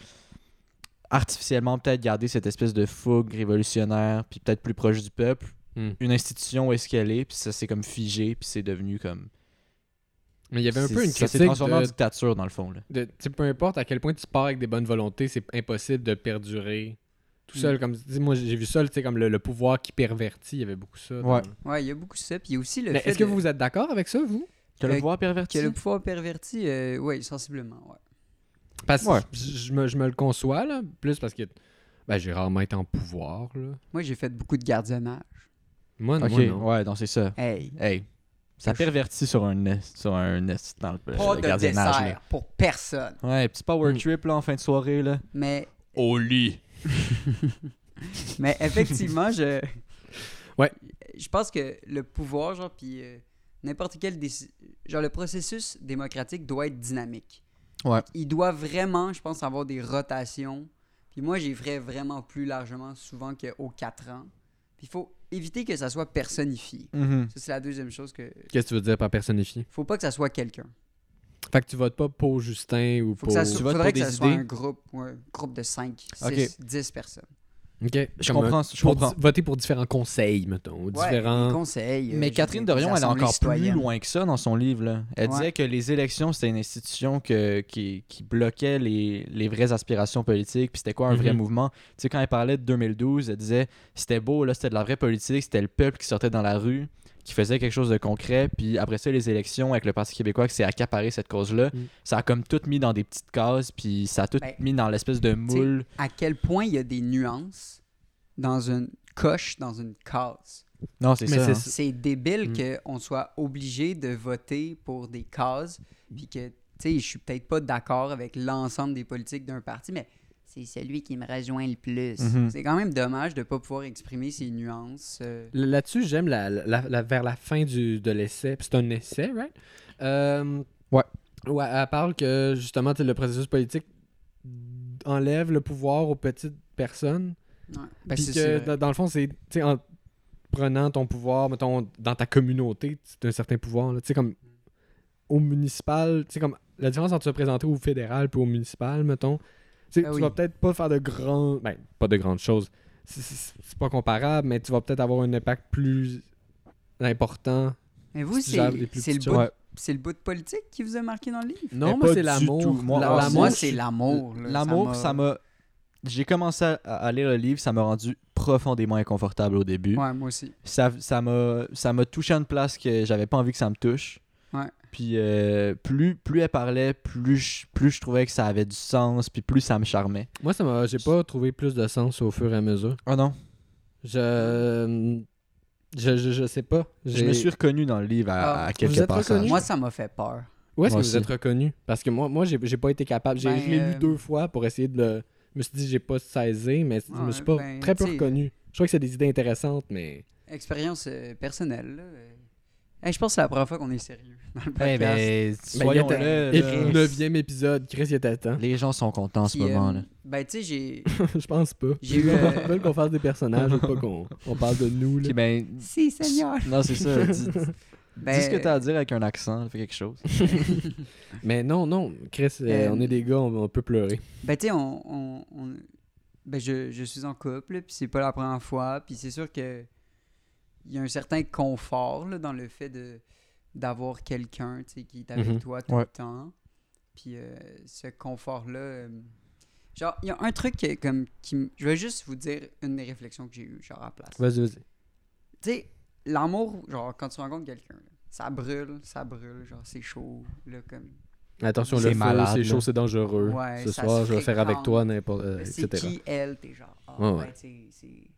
Speaker 3: artificiellement peut-être garder cette espèce de fougue révolutionnaire, puis peut-être plus proche du peuple,
Speaker 1: Mm.
Speaker 3: une institution où est-ce qu'elle est, puis ça s'est comme figé, puis c'est devenu comme...
Speaker 1: Mais il y avait un
Speaker 3: c'est-
Speaker 1: peu une
Speaker 3: ça s'est
Speaker 1: critique
Speaker 3: transformé en
Speaker 1: de,
Speaker 3: dictature dans le fond. Là.
Speaker 1: de- tu sais, peu importe à quel point tu pars avec des bonnes volontés, c'est impossible de perdurer
Speaker 2: Mm.
Speaker 1: tout seul. Comme tu dis, moi, j'ai vu ça, tu sais, comme le, le pouvoir qui pervertit, il y avait beaucoup ça. dans-
Speaker 3: Ouais.
Speaker 2: Ouais, il y a beaucoup ça. Puis il y a aussi le
Speaker 1: Mais
Speaker 2: fait
Speaker 1: est-ce que
Speaker 2: de-
Speaker 1: vous êtes d'accord avec ça, vous?
Speaker 3: Que le
Speaker 2: Euh,
Speaker 3: pouvoir perverti.
Speaker 2: que le pouvoir perverti, oui, sensiblement, ouais.
Speaker 1: Parce que
Speaker 3: Ouais.
Speaker 1: je, je me, je me le conçois, là, plus parce que ben, j'ai rarement été en pouvoir. Là.
Speaker 2: Moi, j'ai fait beaucoup de gardiennage.
Speaker 1: Moi,
Speaker 3: Ok,
Speaker 1: moi, non.
Speaker 3: ouais, donc c'est ça.
Speaker 2: Hey,
Speaker 3: Hey, ça pervertit sur un nest, sur un nest dans le,
Speaker 2: pas
Speaker 3: Euh, le
Speaker 2: de
Speaker 3: gardiennage.
Speaker 2: dessert
Speaker 3: là.
Speaker 2: pour personne.
Speaker 3: Ouais, petit power
Speaker 1: Mm.
Speaker 3: trip là, en fin de soirée. Là.
Speaker 2: Mais,
Speaker 1: Au lit.
Speaker 2: mais effectivement, je.
Speaker 1: Ouais.
Speaker 2: Je pense que le pouvoir, genre, puis euh, n'importe quel. déci- Genre, le processus démocratique doit être dynamique.
Speaker 3: Ouais.
Speaker 2: Il doit vraiment, je pense, avoir des rotations. Puis moi, j'y ferais vraiment plus largement souvent qu'aux 4 ans. Puis il faut éviter que ça soit personnifié.
Speaker 3: Mm-hmm.
Speaker 2: Ça, c'est la deuxième chose que.
Speaker 1: Qu'est-ce que tu veux dire par personnifier?
Speaker 2: Faut pas que ça soit quelqu'un.
Speaker 1: Fait que tu votes pas pour Justin ou
Speaker 2: Faut
Speaker 1: pour...
Speaker 2: que ça soit,
Speaker 3: Tu votes
Speaker 2: faudrait
Speaker 3: pour
Speaker 2: que
Speaker 3: des
Speaker 2: ça soit
Speaker 3: idées?
Speaker 2: un groupe, ou un groupe de 5, 6,
Speaker 3: Ok.
Speaker 2: 10 personnes.
Speaker 1: Ok.
Speaker 3: Je
Speaker 1: Comme
Speaker 3: comprends,
Speaker 1: un-
Speaker 3: je
Speaker 1: pour
Speaker 3: comprends.
Speaker 1: di- Voter pour différents conseils, mettons, ou
Speaker 2: Ouais,
Speaker 1: différents...
Speaker 2: des conseils. euh,
Speaker 3: Hein. Mais
Speaker 2: je
Speaker 3: Catherine
Speaker 2: veux dire,
Speaker 3: Dorion,
Speaker 2: des
Speaker 3: elle est
Speaker 2: assemblées
Speaker 3: encore plus
Speaker 2: citoyennes.
Speaker 3: loin que ça dans son livre. là. Elle
Speaker 2: Ouais.
Speaker 3: disait que les élections, c'était une institution que, qui, qui bloquait les, les vraies aspirations politiques, puis c'était quoi un vrai
Speaker 1: Mhm.
Speaker 3: mouvement. Tu sais, quand elle parlait de 2012, elle disait c'était beau, là, c'était de la vraie politique, c'était le peuple qui sortait dans la rue, qui faisait quelque chose de concret, puis après ça, les élections avec le Parti québécois qui s'est accaparé cette cause-là,
Speaker 1: Mm.
Speaker 3: ça a comme tout mis dans des petites cases, puis ça a tout
Speaker 2: Ben,
Speaker 3: mis dans l'espèce de moule.
Speaker 2: À quel point il y a des nuances dans une coche, dans une case.
Speaker 3: Non, c'est
Speaker 1: Mais
Speaker 3: ça.
Speaker 1: c'est
Speaker 3: hein. Hmm.
Speaker 1: ça.
Speaker 2: C'est débile
Speaker 1: Mm.
Speaker 2: qu'on soit obligé de voter pour des cases, puis que, tu sais, je suis peut-être pas d'accord avec l'ensemble des politiques d'un parti, mais c'est celui qui me rejoint le plus.
Speaker 3: Mhm.
Speaker 2: C'est quand même dommage de pas pouvoir exprimer ces nuances. euh,
Speaker 1: L- Là-dessus, j'aime la, la- la- vers la fin du, de l'essai. Puis C'est un essai, right? Euh,
Speaker 3: Ouais.
Speaker 1: ouais, Elle parle que justement, tu sais, le processus politique enlève le pouvoir aux petites personnes.
Speaker 2: ouais. Ben,
Speaker 1: Puis
Speaker 2: c'est-
Speaker 1: que,
Speaker 2: c'est vrai.
Speaker 1: dans, dans le fond, c'est tu sais, en prenant ton pouvoir, mettons, dans ta communauté, c'est un certain pouvoir. là. Tu sais, comme au municipal, tu sais, comme la différence entre se présenter au fédéral puis au municipal, mettons, tu sais,
Speaker 2: Ah
Speaker 1: tu
Speaker 2: oui.
Speaker 1: vas peut-être pas faire de grands. Ben, pas de grandes choses. C'est- C'est c'est pas comparable, mais tu vas peut-être avoir un impact plus important.
Speaker 2: Mais vous,
Speaker 1: si tu gères les
Speaker 2: c'est
Speaker 1: plus
Speaker 2: c'est le,
Speaker 1: petites
Speaker 2: bout
Speaker 1: choses.
Speaker 2: de-
Speaker 3: Ouais.
Speaker 2: c'est le bout de politique qui vous a marqué dans le livre?
Speaker 1: Non,
Speaker 3: Mais
Speaker 1: moi,
Speaker 3: pas
Speaker 1: c'est
Speaker 3: du
Speaker 1: l'amour.
Speaker 3: tout. Moi,
Speaker 1: La-
Speaker 3: ah,
Speaker 1: l'amour,
Speaker 2: moi,
Speaker 1: je-
Speaker 2: c'est l'amour. là.
Speaker 3: L'amour, ça m'a. J'ai commencé à, à lire le livre, ça m'a rendu profondément inconfortable au début.
Speaker 2: Ouais, moi aussi.
Speaker 3: Ça ça m'a ça m'a touché à une place que j'avais pas envie que ça me touche.
Speaker 2: Ouais.
Speaker 3: Puis euh, plus, plus elle parlait, plus je, plus je trouvais que ça avait du sens, puis plus ça me charmait.
Speaker 1: Moi, ça m'a- j'ai pas trouvé plus de sens au fur et à mesure.
Speaker 3: Oh non,
Speaker 1: Je. Je, je, je sais pas.
Speaker 3: je
Speaker 1: J'ai-
Speaker 3: me suis reconnu dans le livre
Speaker 2: Ah.
Speaker 3: à, à
Speaker 1: Vous
Speaker 3: quelques
Speaker 1: êtes
Speaker 3: passages.
Speaker 1: reconnu?
Speaker 2: Moi, ça m'a fait peur.
Speaker 1: Où est-ce que
Speaker 3: Moi
Speaker 1: vous
Speaker 3: aussi.
Speaker 1: êtes reconnu? Parce que moi, moi j'ai j'ai pas été capable. J'ai
Speaker 2: Ben,
Speaker 1: je l'ai
Speaker 2: euh,
Speaker 1: lu deux fois pour essayer de le. Je me suis dit, j'ai pas saisi, mais je me suis
Speaker 2: ouais,
Speaker 1: pas
Speaker 2: ben,
Speaker 1: très peu
Speaker 2: tu sais,
Speaker 1: reconnu. Je Je crois que c'est des idées intéressantes, mais.
Speaker 2: Expérience euh, personnelle. là. Euh, hey, je pense que c'est la première fois qu'on est sérieux dans le
Speaker 3: Eh
Speaker 2: podcast.
Speaker 3: ben,
Speaker 1: Ben,
Speaker 3: soyons
Speaker 1: il y a ta-
Speaker 3: là.
Speaker 1: Et
Speaker 3: là.
Speaker 2: Euh,
Speaker 1: puis, neuvième épisode, Chris, il t'attend.
Speaker 3: Les gens sont contents en ce
Speaker 2: Puis, euh,
Speaker 3: moment. là.
Speaker 2: Ben, tu sais, j'ai.
Speaker 1: hein? Je pense pas.
Speaker 2: J'ai eu, euh,
Speaker 1: Ils veulent qu'on fasse des personnages ou pas qu'on on parle de nous. Là.
Speaker 3: Puis ben,
Speaker 2: si, Seigneur.
Speaker 3: non, c'est ça. Dis, dis-
Speaker 2: Ben,
Speaker 3: dis ce que t'as à dire avec un accent, fais quelque chose.
Speaker 1: Mais non, non, Chris, euh,
Speaker 2: Euh,
Speaker 1: on est des gars, on, on peut pleurer.
Speaker 2: Ben, tu sais, on, on- on- ben, je, je suis en couple, puis c'est pas la première fois, puis c'est sûr que il y a un certain confort là, dans le fait de d'avoir quelqu'un tu sais, qui est avec
Speaker 1: Mhm.
Speaker 2: toi tout
Speaker 3: Ouais.
Speaker 2: le temps. Puis euh, ce confort-là... euh, genre, il y a un truc que- comme qui... m- Je vais juste vous dire une des réflexions que j'ai eues, genre, à la place.
Speaker 1: Vas-y, vas-y.
Speaker 2: Tu sais, l'amour, genre, quand tu rencontres quelqu'un, là, ça brûle, ça brûle, genre, c'est chaud, là, comme...
Speaker 1: Attention,
Speaker 3: C'est
Speaker 1: le feu,
Speaker 3: malade,
Speaker 1: c'est
Speaker 3: là.
Speaker 1: chaud, c'est dangereux.
Speaker 2: Ouais,
Speaker 1: Ce
Speaker 2: ça
Speaker 1: soir,
Speaker 2: se
Speaker 1: je vais faire avec
Speaker 2: fréquente.
Speaker 1: toi, n'importe, euh,
Speaker 2: c'est
Speaker 1: etc.
Speaker 2: qui elle, t'es genre, ah
Speaker 1: Ouais,
Speaker 2: ouais,
Speaker 1: ouais.
Speaker 2: t'sais, c'est-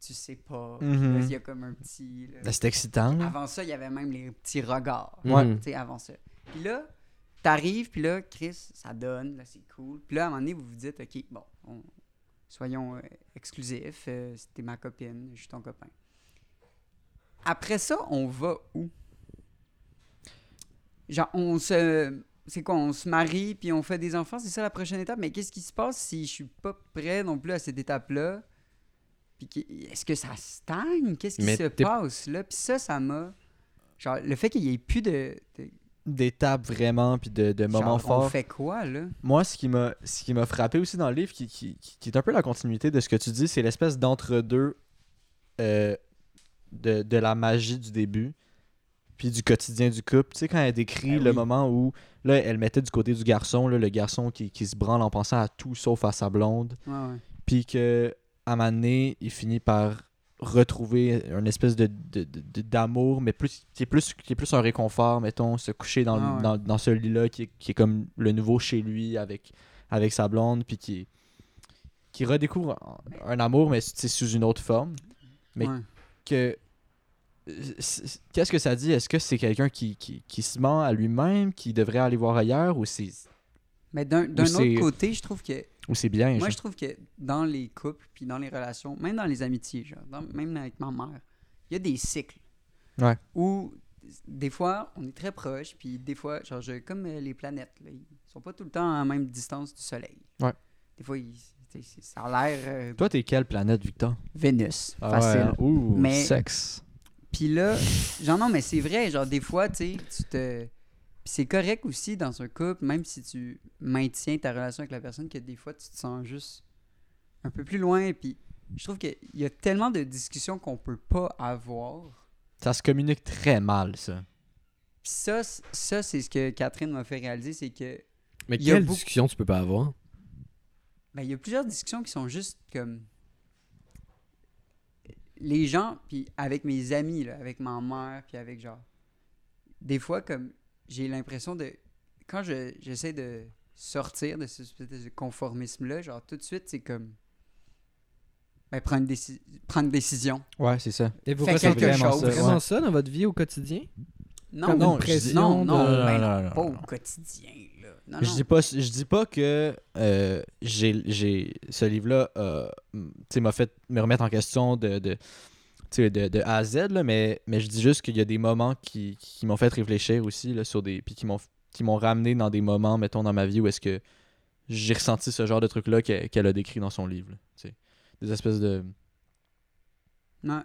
Speaker 2: tu sais pas.
Speaker 3: Mhm.
Speaker 2: Là, Il y a comme un petit. là.
Speaker 3: Ben, c'est excitant. là.
Speaker 2: Avant ça, il y avait même les petits regards.
Speaker 1: Ouais.
Speaker 2: Tu sais, avant ça. Puis là, t'arrives, puis là, Chris, ça donne, là, c'est cool. Puis là, à un moment donné, vous vous dites, OK, bon, on- soyons euh, exclusifs, euh, c'était ma copine, je suis ton copain. Après ça, on va où? Genre, on se. C'est quoi, on se marie, puis on fait des enfants, c'est ça la prochaine étape. Mais qu'est-ce qui se passe si je suis pas prêt non plus à cette étape-là? Puis qui- est-ce que ça stagne? Qu'est-ce qui
Speaker 1: Mais
Speaker 2: se
Speaker 1: t'es-
Speaker 2: passe, là? Puis ça, ça m'a. Genre, le fait qu'il n'y ait plus de. de-
Speaker 3: D'étapes vraiment, puis de, de moments
Speaker 2: genre, On
Speaker 3: forts.
Speaker 2: fait quoi, là?
Speaker 3: Moi, ce qui m'a ce qui m'a frappé aussi dans le livre, qui, qui, qui- qui est un peu la continuité de ce que tu dis, c'est l'espèce d'entre-deux euh, de, de la magie du début, puis du quotidien du couple. Tu sais, quand elle décrit
Speaker 2: Ben
Speaker 3: le
Speaker 2: oui.
Speaker 3: moment où là, elle mettait du côté du garçon, là, le garçon qui, qui se branle en pensant à tout sauf à sa blonde,
Speaker 2: Ouais, ouais.
Speaker 3: puis que à un moment donné, il finit par retrouver une espèce de de- de- de- d'amour mais plus qui est plus qui est plus un réconfort mettons se coucher dans, le-
Speaker 2: Ah ouais.
Speaker 3: dans, dans ce lit là qui est, qui est comme le nouveau chez lui avec avec sa blonde puis qui qui redécouvre un- un amour mais c'est sous une autre forme Mais-
Speaker 2: Ouais.
Speaker 3: que c'est- c'est- qu'est-ce que ça dit est-ce que c'est quelqu'un qui, qui, qui se ment à lui-même qui devrait aller voir ailleurs ou c'est
Speaker 2: Mais d'un d'un
Speaker 3: c'est-
Speaker 2: autre côté, je trouve que.
Speaker 3: ou c'est bien
Speaker 2: Moi,
Speaker 3: genre?
Speaker 2: je trouve que dans les couples, puis dans les relations, même dans les amitiés, genre, dans- même avec ma mère, il y a des cycles.
Speaker 3: Ouais.
Speaker 2: Où des fois, on est très proche, puis des fois, genre, je- comme euh, les planètes, là, ils sont pas tout le temps à la même distance du Soleil.
Speaker 3: Ouais.
Speaker 2: Des fois, ils- tu sais, c'est- ça a l'air euh,
Speaker 3: toi t'es quelle planète Victor
Speaker 2: Vénus.
Speaker 3: Ah ouais,
Speaker 2: facile.
Speaker 3: hein? Ouh,
Speaker 2: Mais-
Speaker 3: sexe
Speaker 2: Puis là, genre, non, mais c'est vrai, genre, des fois, tu sais, tu te. Puis c'est correct aussi dans un couple, même si tu maintiens ta relation avec la personne, que des fois, tu te sens juste un peu plus loin. Puis je trouve qu'il y a tellement de discussions qu'on peut pas avoir.
Speaker 3: ça se communique très mal ça
Speaker 2: Puis ça, c- ça c'est ce que Catherine m'a fait réaliser, c'est que.
Speaker 1: Mais
Speaker 2: Il y a
Speaker 1: quelle
Speaker 2: beaucoup-
Speaker 1: discussion tu peux pas avoir
Speaker 2: Ben, il y a plusieurs discussions qui sont juste comme. Les gens, puis avec mes amis, là, avec ma mère, puis avec genre. Des fois, comme, j'ai l'impression de. Quand je- j'essaie de sortir de ce espèce de conformisme-là, genre, tout de suite, c'est comme. Ben, prendre, une déci- prendre une décision.
Speaker 3: ouais c'est ça
Speaker 1: Et vous
Speaker 2: Fais ressentez quelque vraiment chose. ça, ouais.
Speaker 1: vraiment ça dans votre vie au quotidien
Speaker 2: Non,
Speaker 1: Comme
Speaker 2: non,
Speaker 1: une
Speaker 3: je dis-
Speaker 1: pression
Speaker 2: non, non,
Speaker 1: de-
Speaker 2: ben,
Speaker 3: non, non,
Speaker 2: pas
Speaker 3: non,
Speaker 2: au
Speaker 3: non.
Speaker 2: quotidien, là. Non,
Speaker 3: Je
Speaker 2: non.
Speaker 3: dis pas, je dis pas que euh, j'ai, j'ai ce livre-là euh, m- tu sais, m'a fait me remettre en question de, de, tu sais, de, de A à Z, là, mais, mais je dis juste qu'il y a des moments qui, qui m'ont fait réfléchir aussi, là, sur des, puis qui m'ont, qui m'ont ramené dans des moments, mettons, dans ma vie où est-ce que j'ai ressenti ce genre de truc-là qu'elle, qu'elle a décrit dans son livre. là, tu sais. des espèces de...
Speaker 2: Non,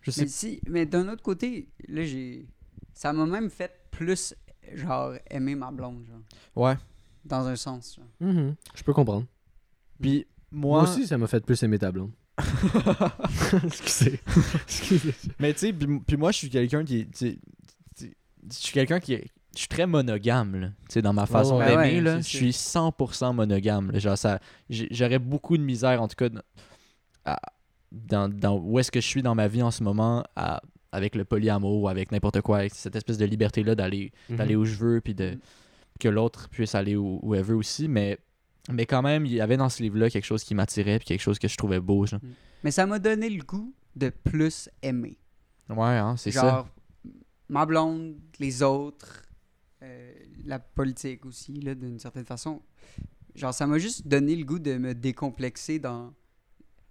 Speaker 3: Je sais
Speaker 2: Mais, si, mais d'un autre côté, là, j'ai. Ça m'a même fait plus, genre, aimer ma blonde, genre.
Speaker 3: Ouais.
Speaker 2: Dans un sens, genre.
Speaker 1: Mhm. Je peux comprendre.
Speaker 3: Puis
Speaker 1: Moi,
Speaker 3: moi...
Speaker 1: aussi, ça m'a fait plus aimer ta blonde. Excusez. Excusez.
Speaker 3: Mais tu sais, puis puis moi, je suis quelqu'un qui. tu sais, tu sais, Je suis quelqu'un qui. est- Je suis très monogame, là. Tu sais, dans ma façon
Speaker 1: ouais,
Speaker 3: d'aimer,
Speaker 2: ouais,
Speaker 3: là. Je
Speaker 2: c'est
Speaker 3: suis 100% monogame. là. Genre, ça. j'ai- J'aurais beaucoup de misère, en tout cas, dans, à- dans, dans- où est-ce que je suis dans ma vie en ce moment, à- avec le polyamour, avec n'importe quoi, avec cette espèce de liberté-là d'aller
Speaker 1: Mhm.
Speaker 3: d'aller où je veux, puis de
Speaker 2: Mhm.
Speaker 3: que l'autre puisse aller où, où elle veut aussi. Mais, mais quand même, il y avait dans ce livre-là quelque chose qui m'attirait, puis quelque chose que je trouvais beau, genre.
Speaker 2: Mais ça m'a donné le goût de plus aimer.
Speaker 3: Ouais, hein, c'est ça.
Speaker 2: Genre, ma blonde, les autres, euh, la politique aussi, là, d'une certaine façon. Genre, ça m'a juste donné le goût de me décomplexer dans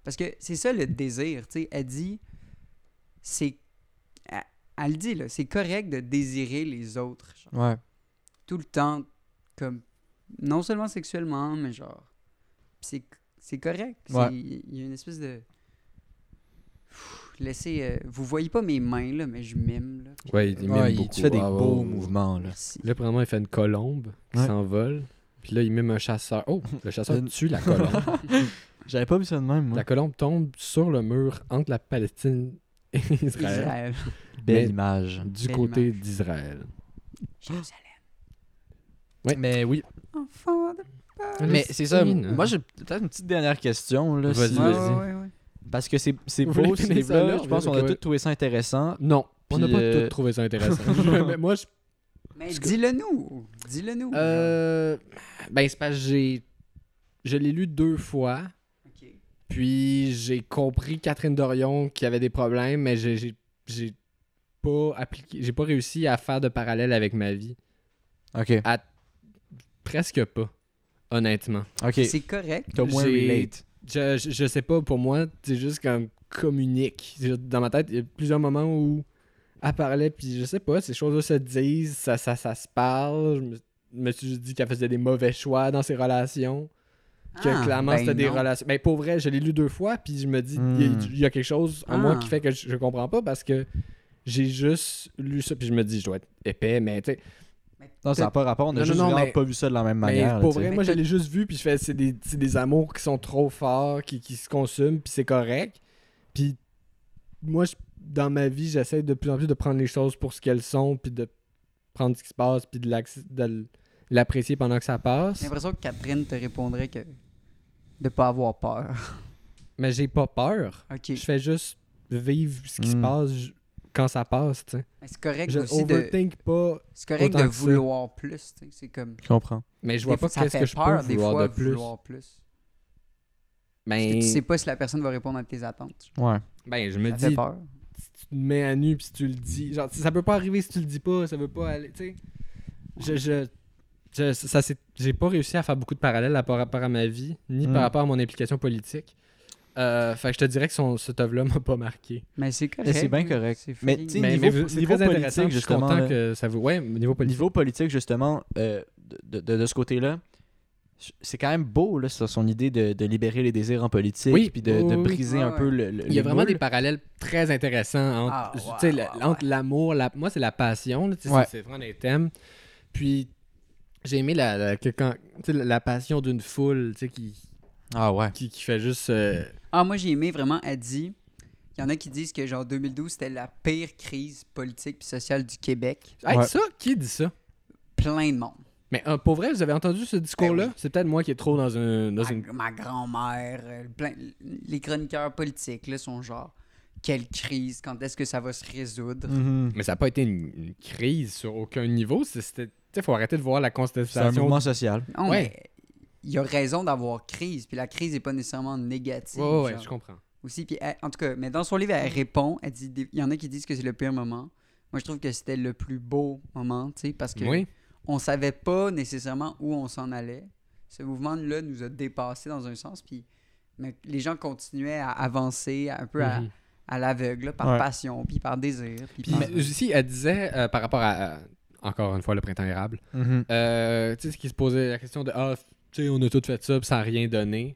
Speaker 2: Parce que c'est ça le désir, tu sais. Elle dit, c'est. Elle, elle le dit, là, c'est correct de désirer les autres, genre,
Speaker 3: Ouais.
Speaker 2: tout le temps, comme. Non seulement sexuellement, mais genre. pis C'est, c'est correct. C'est- Il
Speaker 3: Ouais.
Speaker 2: y a une espèce de. Pff, Laissez. euh, vous voyez pas mes mains, là, mais je mime, là.
Speaker 1: Ouais, il,
Speaker 3: Ouais,
Speaker 1: mime
Speaker 3: il-
Speaker 1: beaucoup.
Speaker 3: tu fais des
Speaker 1: Ah, ouais,
Speaker 3: beaux
Speaker 1: ouais.
Speaker 3: mouvements, là.
Speaker 2: Merci.
Speaker 1: Là, premièrement, il fait une colombe qui
Speaker 3: Ouais.
Speaker 1: s'envole. Puis là, il mime un chasseur. Oh, le chasseur
Speaker 3: Une-
Speaker 1: tue la colombe.
Speaker 3: J'avais pas vu ça de même, moi.
Speaker 1: la colombe tombe sur le mur entre la Palestine et Israël.
Speaker 2: Israël.
Speaker 3: Belle
Speaker 1: Mais-
Speaker 3: image.
Speaker 1: Du
Speaker 2: Belle
Speaker 1: côté
Speaker 2: image.
Speaker 1: d'Israël.
Speaker 2: Jérusalem.
Speaker 3: Mais oui.
Speaker 2: Enfant de...
Speaker 3: Mais c'est ça.
Speaker 1: Palestine.
Speaker 3: Moi, j'ai peut-être une petite dernière question, là.
Speaker 1: Vas-y,
Speaker 3: si-
Speaker 2: Ouais,
Speaker 1: vas-y.
Speaker 2: ouais, ouais, ouais.
Speaker 3: Parce que c'est c'est
Speaker 1: Vous
Speaker 3: beau,
Speaker 1: voulez
Speaker 3: ces
Speaker 1: finir ça
Speaker 3: livres-là.
Speaker 1: là?
Speaker 3: Je pense qu'on a
Speaker 1: Ouais.
Speaker 3: tous trouvé ça intéressant.
Speaker 1: Non, on n'a
Speaker 3: Puis,
Speaker 1: pas
Speaker 3: euh,
Speaker 1: tout trouvé ça intéressant. Mais moi, je
Speaker 2: Mais
Speaker 1: Parce que-
Speaker 2: dis-le nous. Dis-le nous.
Speaker 1: Euh, ben, c'est parce que j'ai. Je l'ai lu deux fois,
Speaker 2: Ok.
Speaker 1: puis j'ai compris Catherine Dorion qui avait des problèmes, mais j'ai- j'ai j'ai pas appliqué. J'ai pas réussi à faire de parallèle avec ma vie.
Speaker 3: Ok.
Speaker 1: Presque pas, honnêtement.
Speaker 3: Ok.
Speaker 2: C'est correct.
Speaker 3: T'as moins
Speaker 1: j'ai-
Speaker 3: relate.
Speaker 1: Je, je, je sais pas, pour moi, c'est juste comme communique. C'est juste, Dans ma tête, il y a plusieurs moments où elle parlait, puis je sais pas, ces choses-là se disent, ça, ça, ça se parle. Je me, me suis juste dit qu'elle faisait des mauvais choix dans ses relations. que
Speaker 2: Ah,
Speaker 1: clairement
Speaker 2: ben
Speaker 1: c'était des
Speaker 2: non.
Speaker 1: relations. Mais pour vrai, je l'ai lu deux fois, puis je me dis, il y a-
Speaker 3: Hmm.
Speaker 1: il y, a quelque chose en moi
Speaker 2: Ah.
Speaker 1: qui fait que je, je comprends pas parce que j'ai juste lu ça, puis je me dis, je dois être épais, mais tu sais.
Speaker 3: Non, ça n'a pas rapport. On a
Speaker 1: Non, non,
Speaker 3: juste
Speaker 1: non,
Speaker 3: vraiment
Speaker 1: mais-
Speaker 3: pas vu ça de la même
Speaker 1: Mais
Speaker 3: manière. là,
Speaker 1: pour
Speaker 3: tu sais.
Speaker 1: vrai,
Speaker 2: sais.
Speaker 1: moi je l'ai juste vu, puis je fais, c'est des, c'est des amours qui sont trop forts, qui, qui se consument, puis c'est correct. Puis moi, je- dans ma vie, j'essaie de plus en plus de prendre les choses pour ce qu'elles sont, puis de prendre ce qui se passe, puis de l'acc- de l'apprécier pendant que ça
Speaker 2: J'ai
Speaker 1: passe.
Speaker 2: l'impression que Catherine te répondrait que de pas avoir peur.
Speaker 1: Mais j'ai pas peur.
Speaker 2: OK.
Speaker 1: Je fais juste vivre ce qui se
Speaker 3: Mm.
Speaker 1: passe j- quand ça passe, tu sais.
Speaker 2: Mais C'est correct
Speaker 1: Je
Speaker 2: aussi de
Speaker 1: overthink pas,
Speaker 2: c'est correct
Speaker 1: autant
Speaker 2: de
Speaker 1: que ça.
Speaker 2: vouloir plus, tu sais, c'est comme
Speaker 3: Je comprends.
Speaker 1: mais je vois
Speaker 2: Des fois,
Speaker 1: pas
Speaker 2: ça
Speaker 1: qu'est-ce
Speaker 2: fait
Speaker 1: que je peux
Speaker 2: peur des
Speaker 1: vouloir
Speaker 2: fois
Speaker 1: de plus.
Speaker 2: vouloir plus. Parce
Speaker 1: Ben,
Speaker 2: que tu sais pas si la personne va répondre à tes attentes.
Speaker 3: Ouais.
Speaker 1: ben, je me
Speaker 2: Ça fait
Speaker 1: dis,
Speaker 2: peur.
Speaker 1: tu te mets à nu puis si tu le dis, genre ça peut pas arriver si tu le dis pas, ça veut pas aller, tu sais. Je je je- ça c'est j'ai pas réussi à faire beaucoup de parallèles à- par rapport à ma vie ni
Speaker 3: Mm.
Speaker 1: par rapport à mon implication politique. Euh, fait que je te dirais que son, cet œuvre-là m'a pas marqué.
Speaker 2: Mais c'est correct.
Speaker 3: Mais c'est bien
Speaker 2: là.
Speaker 3: correct.
Speaker 2: C'est
Speaker 3: Mais
Speaker 2: fucking-
Speaker 3: tu sais,
Speaker 1: Mais,
Speaker 3: niveau-
Speaker 1: mais c'est
Speaker 3: niveau
Speaker 1: très intéressant.
Speaker 3: politique,
Speaker 1: puis Je suis
Speaker 3: justement,
Speaker 1: content
Speaker 3: là.
Speaker 1: que ça vous. Ouais, niveau
Speaker 3: Au
Speaker 1: politique.
Speaker 3: niveau politique, justement, euh, de, de- de ce côté-là, c'est quand même beau, là, ça, son idée de, de libérer les désirs en politique,
Speaker 1: Oui.
Speaker 3: puis de, de
Speaker 1: Oui, oui,
Speaker 3: briser
Speaker 2: oui.
Speaker 3: un
Speaker 2: Ouais,
Speaker 3: peu le, le-
Speaker 1: Il y a
Speaker 3: les
Speaker 1: vraiment des
Speaker 3: moules.
Speaker 1: parallèles très intéressants entre,
Speaker 2: Ah,
Speaker 1: tu
Speaker 2: ouais,
Speaker 1: sais, le-
Speaker 2: ouais,
Speaker 1: entre l'amour, la, moi c'est la passion, là, tu sais,
Speaker 3: Ouais.
Speaker 1: c'est c'est vraiment des thèmes. Puis j'ai aimé la, la- que quand- tu sais, la- la passion d'une foule tu sais, qui,
Speaker 3: Ah ouais.
Speaker 1: qui, qui fait juste... euh,
Speaker 2: Ah moi j'ai aimé vraiment elle dit il y en a qui disent que genre 2012 c'était la pire crise politique puis sociale du Québec.
Speaker 1: Hey,
Speaker 3: Ouais.
Speaker 1: ça, qui dit ça?
Speaker 2: Plein de monde.
Speaker 1: Mais euh, pour vrai, vous avez entendu
Speaker 2: Ben
Speaker 1: ce discours-là? C'est peut-être moi qui est trop dans, un, dans
Speaker 2: Ma,
Speaker 1: une...
Speaker 2: ma grand-mère, euh, plein- les chroniqueurs politiques là, sont genre quelle crise, quand est-ce que ça va se résoudre?
Speaker 1: Mm.
Speaker 3: Mhm.
Speaker 1: Mais ça n'a pas été une, une crise sur aucun niveau. c'est- c'était- Tu sais, faut arrêter de voir la
Speaker 3: C'est un
Speaker 1: contestation.
Speaker 3: mouvement social.
Speaker 2: Non,
Speaker 1: Ouais.
Speaker 2: mais il y a raison d'avoir crise, puis la crise n'est pas nécessairement négative.
Speaker 1: Ouais, ouais, ouais,
Speaker 2: genre,
Speaker 1: je comprends.
Speaker 2: aussi, puis elle- en tout cas, mais dans son livre,
Speaker 1: Mm.
Speaker 2: elle répond, elle dit, des- il y en a qui disent que c'est le pire moment. Moi, je trouve que c'était le plus beau moment, tu sais, parce que
Speaker 1: Oui.
Speaker 2: on savait pas nécessairement où on s'en allait. Ce mouvement-là nous a dépassés dans un sens, puis mais les gens continuaient à avancer un peu à,
Speaker 1: Mhm.
Speaker 2: à l'aveugle, là, par
Speaker 3: Ouais.
Speaker 2: passion, puis par désir. Puis
Speaker 1: Puis
Speaker 2: par-
Speaker 1: aussi, elle disait, euh, par rapport à, à- encore une fois, le printemps érable, Euh, tu sais, ce qui se posait la question de Ah, tu sais, on a tout fait ça pis sans rien donner.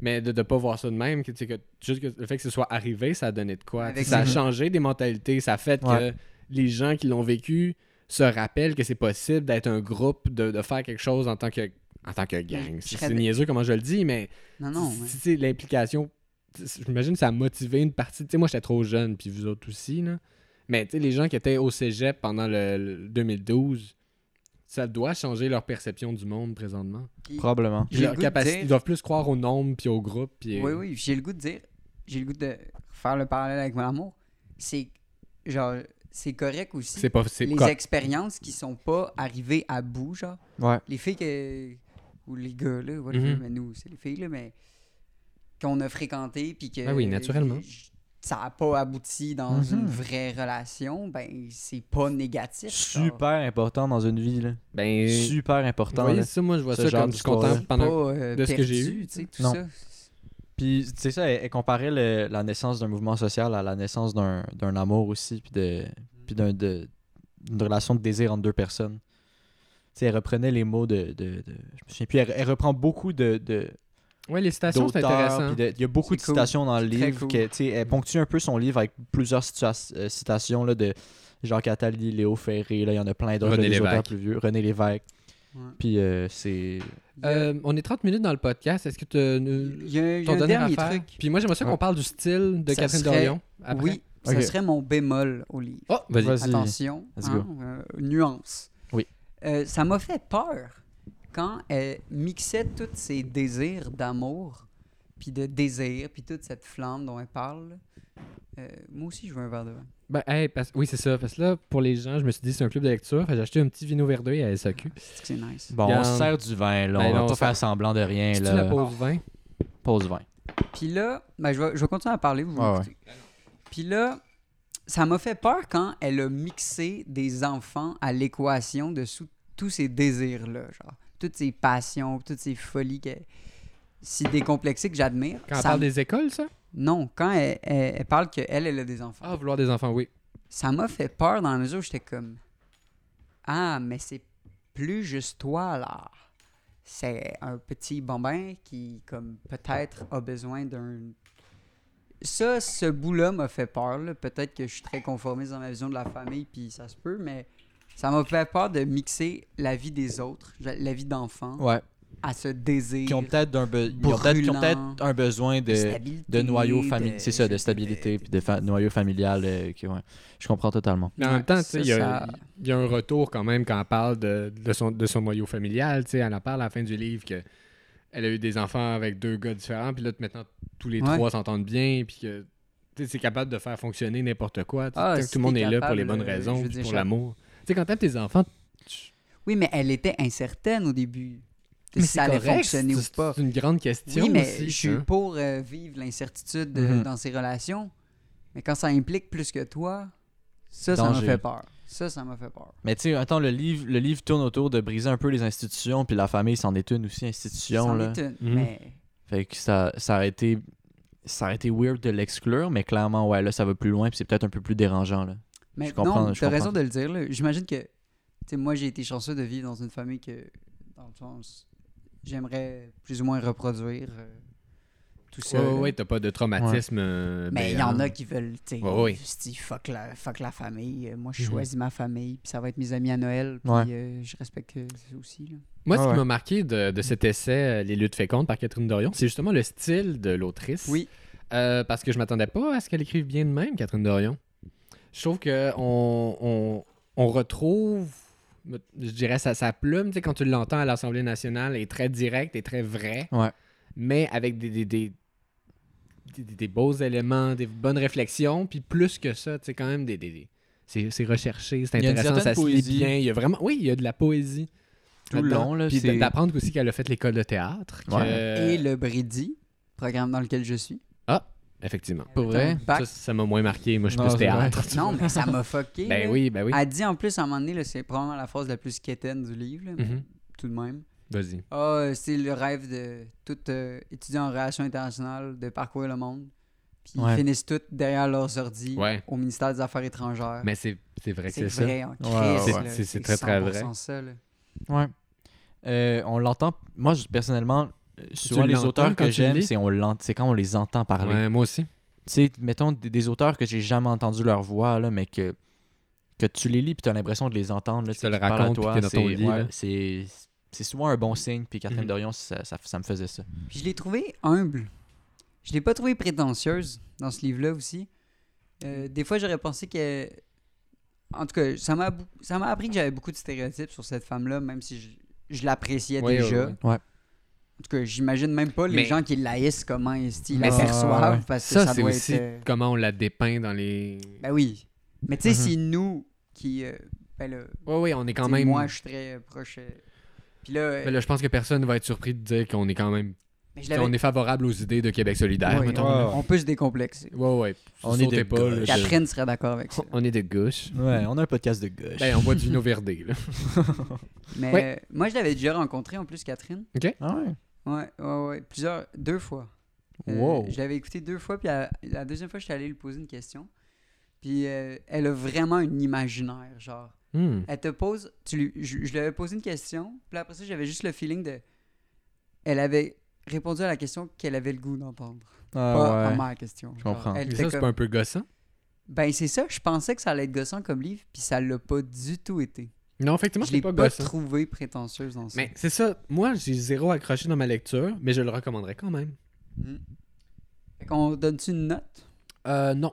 Speaker 1: Mais de ne pas voir ça de même, que, tu sais, que, juste que le fait que ce soit arrivé, ça a donné de quoi.
Speaker 2: Avec
Speaker 1: ça a
Speaker 2: ça.
Speaker 1: changé des mentalités. Ça a fait
Speaker 3: Ouais.
Speaker 1: que les gens qui l'ont vécu se rappellent que c'est possible d'être un groupe, de, de faire quelque chose en tant que, en tant que gang.
Speaker 2: Je
Speaker 1: C'est
Speaker 2: serais
Speaker 1: c'est
Speaker 2: de-
Speaker 1: niaiseux comment je le dis, mais
Speaker 2: Non, non. ouais.
Speaker 1: si c'est l'implication, j'imagine que ça a motivé une partie. Tu sais, moi, j'étais trop jeune, puis vous autres aussi, là. Mais tu sais, les gens qui étaient au cégep pendant le, le 2012, ça doit changer leur perception du monde présentement.
Speaker 2: Puis-
Speaker 3: Probablement.
Speaker 1: Puis
Speaker 2: J'ai le
Speaker 1: leur
Speaker 2: goût de
Speaker 1: capacité,
Speaker 2: dire-
Speaker 1: ils doivent plus croire au nombre puis au groupe. Puis, euh,
Speaker 2: Oui, oui, j'ai le goût de dire, j'ai le goût de faire le parallèle avec mon amour. C'est genre, c'est correct aussi.
Speaker 1: C'est pas. C'est
Speaker 2: les
Speaker 1: co-
Speaker 2: expériences qui sont pas arrivées à bout, genre.
Speaker 3: Ouais.
Speaker 2: Les filles que, ou les gars, là, whatever,
Speaker 1: Mhm.
Speaker 2: mais nous, c'est les filles, là, mais qu'on a fréquentées, puis que.
Speaker 1: Ah oui, naturellement.
Speaker 2: j- Ça n'a pas abouti dans
Speaker 3: Mhm.
Speaker 2: une vraie relation, ben, c'est pas négatif. genre.
Speaker 3: Super important dans une vie. Là.
Speaker 1: Ben,
Speaker 3: Super
Speaker 1: vous
Speaker 3: important.
Speaker 1: voyez,
Speaker 3: là.
Speaker 1: ça, moi, je vois
Speaker 3: ce
Speaker 1: ça
Speaker 3: genre
Speaker 1: comme du
Speaker 3: d'histoire-là.
Speaker 1: content pendant.
Speaker 2: Pas, euh,
Speaker 1: de ce que j'ai
Speaker 2: perdu,
Speaker 1: eu.
Speaker 2: tu sais, tout
Speaker 3: Non.
Speaker 2: ça.
Speaker 3: Puis, c'est ça, elle, elle comparait le- la naissance d'un mouvement social à la naissance d'un d'un amour aussi, puis de- puis d'un- de- d'une relation de désir entre deux personnes. Tu sais, elle reprenait les mots de, de, de- Je me souviens plus, elle, elle reprend beaucoup de, de,
Speaker 1: Ouais, les citations, c'est
Speaker 3: d'auteurs.
Speaker 1: intéressant.
Speaker 3: puis de- Il y a beaucoup de
Speaker 2: C'est cool.
Speaker 3: citations dans le
Speaker 2: C'est très
Speaker 3: livre.
Speaker 2: cool.
Speaker 3: que, tu sais, elle ponctue un peu son livre avec plusieurs situa- euh, citations là, de Jacques Attali, Léo Ferré. là, Il y en a plein d'autres.
Speaker 1: René
Speaker 3: là, des auteurs
Speaker 1: Lévesque.
Speaker 3: plus vieux. René Lévesque.
Speaker 2: Ouais.
Speaker 3: Puis euh, c'est.
Speaker 2: Il y a-
Speaker 1: Euh, on est 30 minutes dans le podcast. Est-ce que tu
Speaker 2: il
Speaker 1: nous
Speaker 2: y a, il y a
Speaker 1: ton
Speaker 2: un
Speaker 1: dernier
Speaker 2: dernier
Speaker 1: affaire?
Speaker 2: truc. Ah.
Speaker 1: Puis moi, j'aimerais ça qu'on
Speaker 3: Ouais.
Speaker 1: parle du style de
Speaker 2: Ça
Speaker 1: Catherine
Speaker 2: serait-
Speaker 1: Dorion. après.
Speaker 2: Oui,
Speaker 3: Ok.
Speaker 2: ça serait mon bémol au livre.
Speaker 1: Oh, vas-y.
Speaker 3: Vas-y.
Speaker 2: Attention,
Speaker 3: Let's
Speaker 2: hein, euh, nuance.
Speaker 3: Oui.
Speaker 2: Euh, ça m'a fait peur quand elle mixait tous ses désirs d'amour, puis de désir, puis toute cette flamme dont elle parle. Euh, moi aussi, je veux un verre de vin.
Speaker 1: Ben, hey, parce- Oui, c'est ça. Parce que là, pour les gens, je me suis dit, c'est un club de lecture. Fait que J'ai acheté un petit vino verdeuil à SAQ.
Speaker 2: C'est que c'est nice.
Speaker 3: Bon,
Speaker 1: Regarde.
Speaker 3: on se sert du vin, là.
Speaker 1: Ben
Speaker 3: on va
Speaker 1: non,
Speaker 3: pas
Speaker 1: ça-
Speaker 3: faire semblant de rien,
Speaker 1: C'est
Speaker 3: là.
Speaker 1: la pause vin.
Speaker 3: Pause vin.
Speaker 2: Puis là, ben, je, vais, je vais continuer à parler. Vous
Speaker 3: Ah ouais.
Speaker 2: m'écoutez. Puis là, ça m'a fait peur quand elle a mixé des enfants à l'équation de sous- tous ces désirs-là. Genre, toutes ces passions, toutes ces folies qu'elle- si décomplexées que j'admire.
Speaker 1: Quand on
Speaker 2: ça
Speaker 1: parle
Speaker 2: me-
Speaker 1: des écoles, ça
Speaker 2: Non, quand elle, elle- elle parle qu'elle, elle a des enfants.
Speaker 1: Ah, vouloir des enfants, oui.
Speaker 2: Ça m'a fait peur dans la mesure où j'étais comme Ah, mais c'est plus juste toi alors. C'est un petit bambin qui, comme peut-être, a besoin d'un. Ça, ce bout-là m'a fait peur. là. Peut-être que je suis très conformiste dans ma vision de la famille, puis ça se peut, mais ça m'a fait peur de mixer la vie des autres, la vie d'enfants,
Speaker 3: Ouais.
Speaker 2: à ce désir.
Speaker 3: Qui ont peut-être un, be- ils ont peut-être- qui ont
Speaker 2: Brûlant.
Speaker 3: peut-être un besoin de, de noyau familial. C'est ça, de stabilité, puis de fa- noyau familial. euh, qui- ouais. Je comprends totalement.
Speaker 1: Mais en même temps, tu sais, il y, a-
Speaker 2: Ça, ça-
Speaker 1: il y a un retour quand même quand elle parle de, de son, de son noyau familial. tu sais, Elle en parle à la fin du livre que elle a eu des enfants avec deux gars différents. Puis là, maintenant, tous les
Speaker 2: Ouais.
Speaker 1: trois s'entendent bien. Puis que tu sais, c'est capable de faire fonctionner n'importe quoi. tu sais,
Speaker 2: Ah,
Speaker 1: tant que
Speaker 2: si
Speaker 1: tout le monde
Speaker 2: t'es
Speaker 1: est là pour les
Speaker 2: capable,
Speaker 1: bonnes
Speaker 2: euh, je
Speaker 1: raisons,
Speaker 2: veux
Speaker 1: puis
Speaker 2: dire,
Speaker 1: pour
Speaker 2: chaque-
Speaker 1: l'amour. Tu sais, quand t'aimes tes enfants,
Speaker 2: était incertaine au début.
Speaker 1: mais
Speaker 2: si ça allait fonctionner ou
Speaker 1: c'est-
Speaker 2: pas.
Speaker 1: C'est une grande question.
Speaker 2: Oui, mais
Speaker 1: aussi,
Speaker 2: je suis
Speaker 1: hein.
Speaker 2: pour euh, vivre l'incertitude euh,
Speaker 3: Mhm.
Speaker 2: dans ces relations. Mais quand ça implique plus que toi, ça, ça
Speaker 3: Danger.
Speaker 2: m'a fait peur. Ça, ça m'a fait peur.
Speaker 3: Mais tu sais, attends, le livre, le livre tourne autour de briser un peu les institutions, puis la famille, c'en est une aussi, institution.
Speaker 2: C'en
Speaker 3: là.
Speaker 2: est une,
Speaker 1: Mhm.
Speaker 2: mais
Speaker 3: Fait que ça, ça aurait été. Ça aurait été weird de l'exclure, mais clairement, ouais, là, ça va plus loin, puis c'est peut-être un peu plus dérangeant, là.
Speaker 2: Mais
Speaker 3: Je comprends,
Speaker 2: non,
Speaker 3: je
Speaker 2: t'as raison
Speaker 3: comprends.
Speaker 2: de le dire. là. J'imagine que, tu sais, moi, j'ai été chanceux de vivre dans une famille que, dans le sens, j'aimerais plus ou moins reproduire euh, tout ça.
Speaker 1: Ouais, ouais,
Speaker 2: là.
Speaker 1: ouais, t'as pas de traumatisme. euh,
Speaker 2: Mais il y
Speaker 1: béant.
Speaker 2: en a qui veulent, tu sais,
Speaker 1: Ouais, ouais.
Speaker 2: se dire, fuck la, fuck la famille, euh, moi, je
Speaker 3: Mhm.
Speaker 2: choisis ma famille, puis ça va être mes amis à Noël, puis
Speaker 3: Ouais.
Speaker 2: euh, je respecte euh, ça aussi. là.
Speaker 1: Moi, ce
Speaker 3: Ah
Speaker 1: qui
Speaker 3: ouais.
Speaker 1: m'a marqué de, de cet essai euh, Les luttes fécondes par Catherine Dorion, c'est justement le style de l'autrice.
Speaker 2: Oui.
Speaker 1: Euh, parce que je m'attendais pas à ce qu'elle écrive bien de même, Catherine Dorion. Je trouve que on, on- on retrouve, je dirais, sa, sa plume, tu sais, quand tu l'entends à l'Assemblée nationale, elle est très directe et très vraie.
Speaker 3: Ouais.
Speaker 1: Mais avec des, des, des- des- des- des beaux éléments, des bonnes réflexions, puis plus que ça, tu sais, quand même, des, des- des- c'est c'est recherché, c'est
Speaker 3: Il y a une
Speaker 1: intéressant, ça
Speaker 3: certaine
Speaker 1: se lit
Speaker 3: poésie.
Speaker 1: bien. Il y a vraiment, oui, il y a de la poésie
Speaker 3: Tout le
Speaker 1: là-dedans.
Speaker 3: long, là,
Speaker 1: Puis
Speaker 3: c'est-
Speaker 1: d- d'apprendre aussi qu'elle a fait l'école de théâtre. que-
Speaker 3: Ouais.
Speaker 2: Et le Brady, programme dans lequel je suis.
Speaker 1: Ah, effectivement.
Speaker 3: Pour vrai?
Speaker 2: Bac.
Speaker 1: Ça, ça m'a moins marqué. Moi, je suis
Speaker 3: Non,
Speaker 1: plus
Speaker 3: c'est vrai.
Speaker 1: théâtre.
Speaker 2: Non, mais ça m'a fucké.
Speaker 1: Ben
Speaker 2: là.
Speaker 1: oui, ben oui.
Speaker 2: Elle dit en plus, à un moment donné, là, c'est probablement la phrase la plus quétaine du livre, là, mais
Speaker 1: Mhm.
Speaker 2: tout de même.
Speaker 1: Vas-y.
Speaker 2: Ah, euh, c'est le rêve de tout euh, étudiant en relations internationales de parcourir le monde. Puis
Speaker 3: Ouais.
Speaker 2: ils finissent tous derrière leurs ordi
Speaker 1: Ouais.
Speaker 2: au ministère des Affaires étrangères.
Speaker 1: Mais c'est c'est vrai que
Speaker 2: c'est
Speaker 1: c'est ça.
Speaker 2: vrai, en
Speaker 3: Ouais, ouais,
Speaker 2: crise,
Speaker 3: ouais.
Speaker 2: là.
Speaker 1: C'est- c'est très, très vrai.
Speaker 2: 100% ça, là.
Speaker 3: Ouais. Euh, on l'entend. Moi, je- personnellement, euh, souvent les
Speaker 1: l'entends
Speaker 3: auteurs
Speaker 1: quand
Speaker 3: que
Speaker 1: tu le
Speaker 3: j'aime,
Speaker 1: lis?
Speaker 3: c'est on l'ent- c'est quand on les entend parler.
Speaker 1: Ouais, moi aussi.
Speaker 3: Tu sais, mettons des, des auteurs que j'ai jamais entendu leur voix, là, mais que, que tu les lis puis tu as l'impression de les entendre. Là,
Speaker 1: Qui te
Speaker 3: tu sais,
Speaker 1: le
Speaker 3: qui parlent à
Speaker 1: racontent, puis
Speaker 3: toi,
Speaker 1: t'es dans ton
Speaker 3: c'est-
Speaker 1: lit,
Speaker 3: ouais,
Speaker 1: là.
Speaker 3: C'est c'est souvent un bon signe. Puis Catherine
Speaker 1: Mhm.
Speaker 3: Dorion, ça, ça, ça me faisait ça.
Speaker 2: Puis je l'ai trouvée humble. Je l'ai pas trouvée prétentieuse dans ce livre-là aussi. Euh, des fois, j'aurais pensé que. En tout cas, ça m'a bou- ça m'a appris que j'avais beaucoup de stéréotypes sur cette femme-là, même si je, je l'appréciais
Speaker 1: Ouais,
Speaker 2: déjà.
Speaker 1: ouais,
Speaker 3: ouais.
Speaker 2: En tout cas, j'imagine même pas les
Speaker 1: Mais-
Speaker 2: gens qui l'haïssent comment ils
Speaker 3: Mais
Speaker 2: la
Speaker 3: c'est-
Speaker 2: perçoivent, parce que ça,
Speaker 1: Ça, c'est
Speaker 2: doit
Speaker 1: aussi
Speaker 2: être. euh,
Speaker 1: comment on la dépeint dans les.
Speaker 2: Ben oui. Mais tu sais,
Speaker 3: Mhm.
Speaker 2: si nous qui. euh, ben là,
Speaker 1: Oui, oui, on est Mm-hmm. quand
Speaker 2: tu sais,
Speaker 1: même.
Speaker 2: Moi, je suis très euh, proche. euh, Puis là, euh,
Speaker 1: Mais là, je pense que personne va être surpris de dire qu'on est quand même.
Speaker 2: mais je l'avais-
Speaker 1: On est favorable aux idées de Québec solidaire,
Speaker 2: Ouais,
Speaker 1: mettons.
Speaker 3: ouais.
Speaker 1: là.
Speaker 2: on peut se décomplexer.
Speaker 1: Ouais, ouais.
Speaker 3: On est
Speaker 1: Sautez
Speaker 3: de
Speaker 1: pas, là,
Speaker 3: gauche.
Speaker 1: je-
Speaker 2: Catherine serait d'accord avec ça.
Speaker 1: On est de gauche.
Speaker 3: Ouais, on a un podcast de gauche.
Speaker 1: Ben, on boit du vino verdé, là.
Speaker 2: Mais
Speaker 1: Ouais.
Speaker 2: euh, moi, je l'avais déjà rencontré en plus, Catherine.
Speaker 3: Ah ouais.
Speaker 2: Ouais, ouais, ouais. Plusieurs, deux fois. Euh,
Speaker 3: Wow.
Speaker 2: Je l'avais écouté deux fois, puis la, la deuxième fois, je suis allé lui poser une question. Puis euh, elle a vraiment un imaginaire, genre.
Speaker 1: Hmm.
Speaker 2: Elle te pose, tu lui, je, je lui avais posé une question, puis après ça, j'avais juste le feeling de. Elle avait répondu à la question qu'elle avait le goût d'entendre. pas
Speaker 3: Ah,
Speaker 2: à
Speaker 3: ouais.
Speaker 2: ma question.
Speaker 3: Je
Speaker 2: Genre,
Speaker 3: comprends.
Speaker 2: elle
Speaker 1: Mais
Speaker 2: était
Speaker 1: ça, c'est
Speaker 2: comme-
Speaker 1: pas un peu gossant?
Speaker 2: Ben, c'est ça, je pensais que ça allait être gossant comme livre, puis ça l'a pas du tout été.
Speaker 1: Non, effectivement,
Speaker 2: je
Speaker 1: c'est
Speaker 2: l'ai
Speaker 1: pas hein.
Speaker 2: pas,
Speaker 1: gossant.
Speaker 2: trouvé prétentieuse dans ça.
Speaker 1: Mais c'est ça. Moi, j'ai zéro accroché dans ma lecture, mais je le recommanderais quand même.
Speaker 2: Mm. Fait qu'on donne-tu une note
Speaker 1: Euh, non.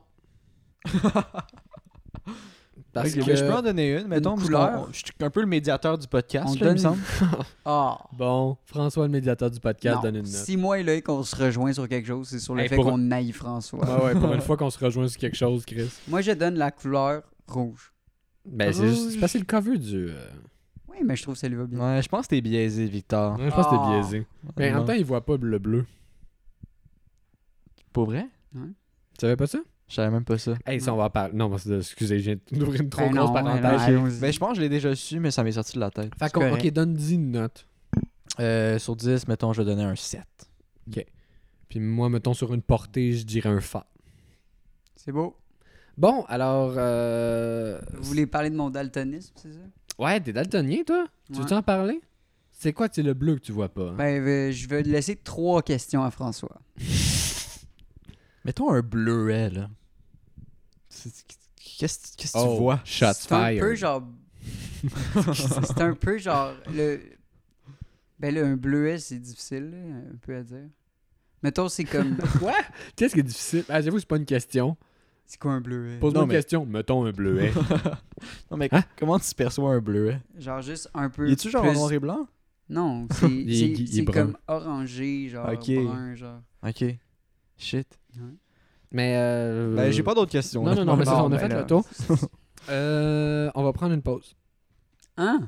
Speaker 1: Parce
Speaker 3: Ok,
Speaker 1: que...
Speaker 3: mais je peux en donner une, mettons. parce qu'on-
Speaker 2: couleur.
Speaker 3: on- Je suis un peu le médiateur du podcast,
Speaker 2: On
Speaker 3: là, il
Speaker 2: donne
Speaker 3: me semble.
Speaker 2: Ah
Speaker 1: Bon, François, le médiateur du podcast,
Speaker 2: Non,
Speaker 1: donne une note.
Speaker 2: Si moi et Loïc, on se rejoint sur quelque chose, c'est sur le
Speaker 1: Hey,
Speaker 2: fait
Speaker 1: pour-
Speaker 2: qu'on aille François.
Speaker 3: Ah
Speaker 1: Ouais, ouais, pour une fois qu'on se rejoint sur quelque chose, Chris.
Speaker 2: Moi, je donne la couleur rouge.
Speaker 1: Ben, c'est juste. C'est parce que c'est le cover du. euh,
Speaker 2: Oui, mais je trouve que ça lui va bien.
Speaker 3: Ouais, je pense que t'es biaisé, Victor.
Speaker 1: Je pense que t'es
Speaker 2: Ah.
Speaker 1: biaisé.
Speaker 3: Ben,
Speaker 1: Mais en même temps, il voit pas le bleu.
Speaker 3: Pour vrai?
Speaker 1: Tu savais pas ça?
Speaker 3: Je savais même pas ça.
Speaker 1: Hey, ça, on va en parler. Non, parce que- excusez, j'ai d'ouvrir une trop
Speaker 2: Ben
Speaker 1: grosse
Speaker 2: non, ben non,
Speaker 1: parenthèse.
Speaker 2: allons-y.
Speaker 3: Mais je pense que je l'ai déjà su, mais ça m'est sorti de la tête.
Speaker 1: Fait
Speaker 2: c'est
Speaker 1: qu'on. Ok,
Speaker 2: correct.
Speaker 1: donne 10 notes.
Speaker 3: Euh, sur 10, mettons, je vais donner un 7.
Speaker 1: Puis moi, mettons sur une portée, je dirais un fa.
Speaker 2: C'est beau.
Speaker 1: Bon, alors. Euh...
Speaker 2: Vous voulez parler de mon daltonisme, c'est ça?
Speaker 1: Ouais, t'es daltonien, toi? Tu
Speaker 2: Ouais.
Speaker 1: veux en parler? C'est quoi, c'est le bleu que tu vois pas? hein?
Speaker 2: Ben, euh, je vais laisser trois questions à François.
Speaker 3: Mettons un bleuet, là. C'est- Qu'est-ce qu'est-ce que
Speaker 1: oh,
Speaker 3: tu vois?
Speaker 1: Shots
Speaker 2: C'est un peu
Speaker 1: fired.
Speaker 2: genre. c'est un peu genre. Le... Ben là, un bleuet, c'est difficile, là, un peu à dire. Mettons, c'est comme.
Speaker 1: Quoi? Qu'est-ce qui est difficile? Ah, j'avoue, c'est pas une question.
Speaker 2: c'est quoi un bleuet?
Speaker 1: Pose-moi
Speaker 3: Non,
Speaker 1: une
Speaker 3: mais-
Speaker 1: question. Mettons un hein. bleuet.
Speaker 3: non, mais
Speaker 1: Hein?
Speaker 3: comment tu perçois un bleuet?
Speaker 2: Genre, juste un peu.
Speaker 3: Il est-tu genre en
Speaker 2: plus-
Speaker 3: noir et blanc?
Speaker 2: Non,
Speaker 1: Il
Speaker 2: c'est-
Speaker 1: est
Speaker 2: c'est
Speaker 1: gui- il est
Speaker 2: c'est
Speaker 1: brun.
Speaker 2: comme orangé, genre
Speaker 3: Ok.
Speaker 2: brun, genre.
Speaker 3: Ok. Shit.
Speaker 1: mais. Euh...
Speaker 3: Ben, j'ai pas d'autres questions.
Speaker 1: Non,
Speaker 3: là.
Speaker 1: non, non, Ah, mais c'est ça, on a
Speaker 3: ben
Speaker 1: fait
Speaker 3: là.
Speaker 1: le tour. Euh, on va prendre une pause.
Speaker 2: Hein?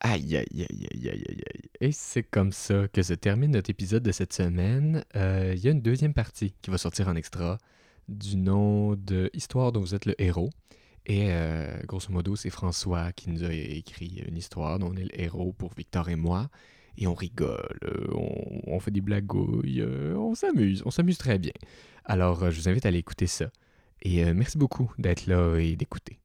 Speaker 1: Aïe, aïe, aïe, aïe, aïe, aïe, aïe. Et c'est comme ça que se termine notre épisode de cette semaine. Euh, Il y a une deuxième partie qui va sortir en extra du nom de Histoire dont vous êtes le héros. Et euh, grosso modo, c'est François qui nous a écrit une histoire dont on est le héros pour Victor et moi. Et on rigole, euh, on, on fait des blagouilles, euh, on s'amuse, on s'amuse très bien. Alors, euh, je vous invite à aller écouter ça. Et euh, merci beaucoup d'être là et d'écouter.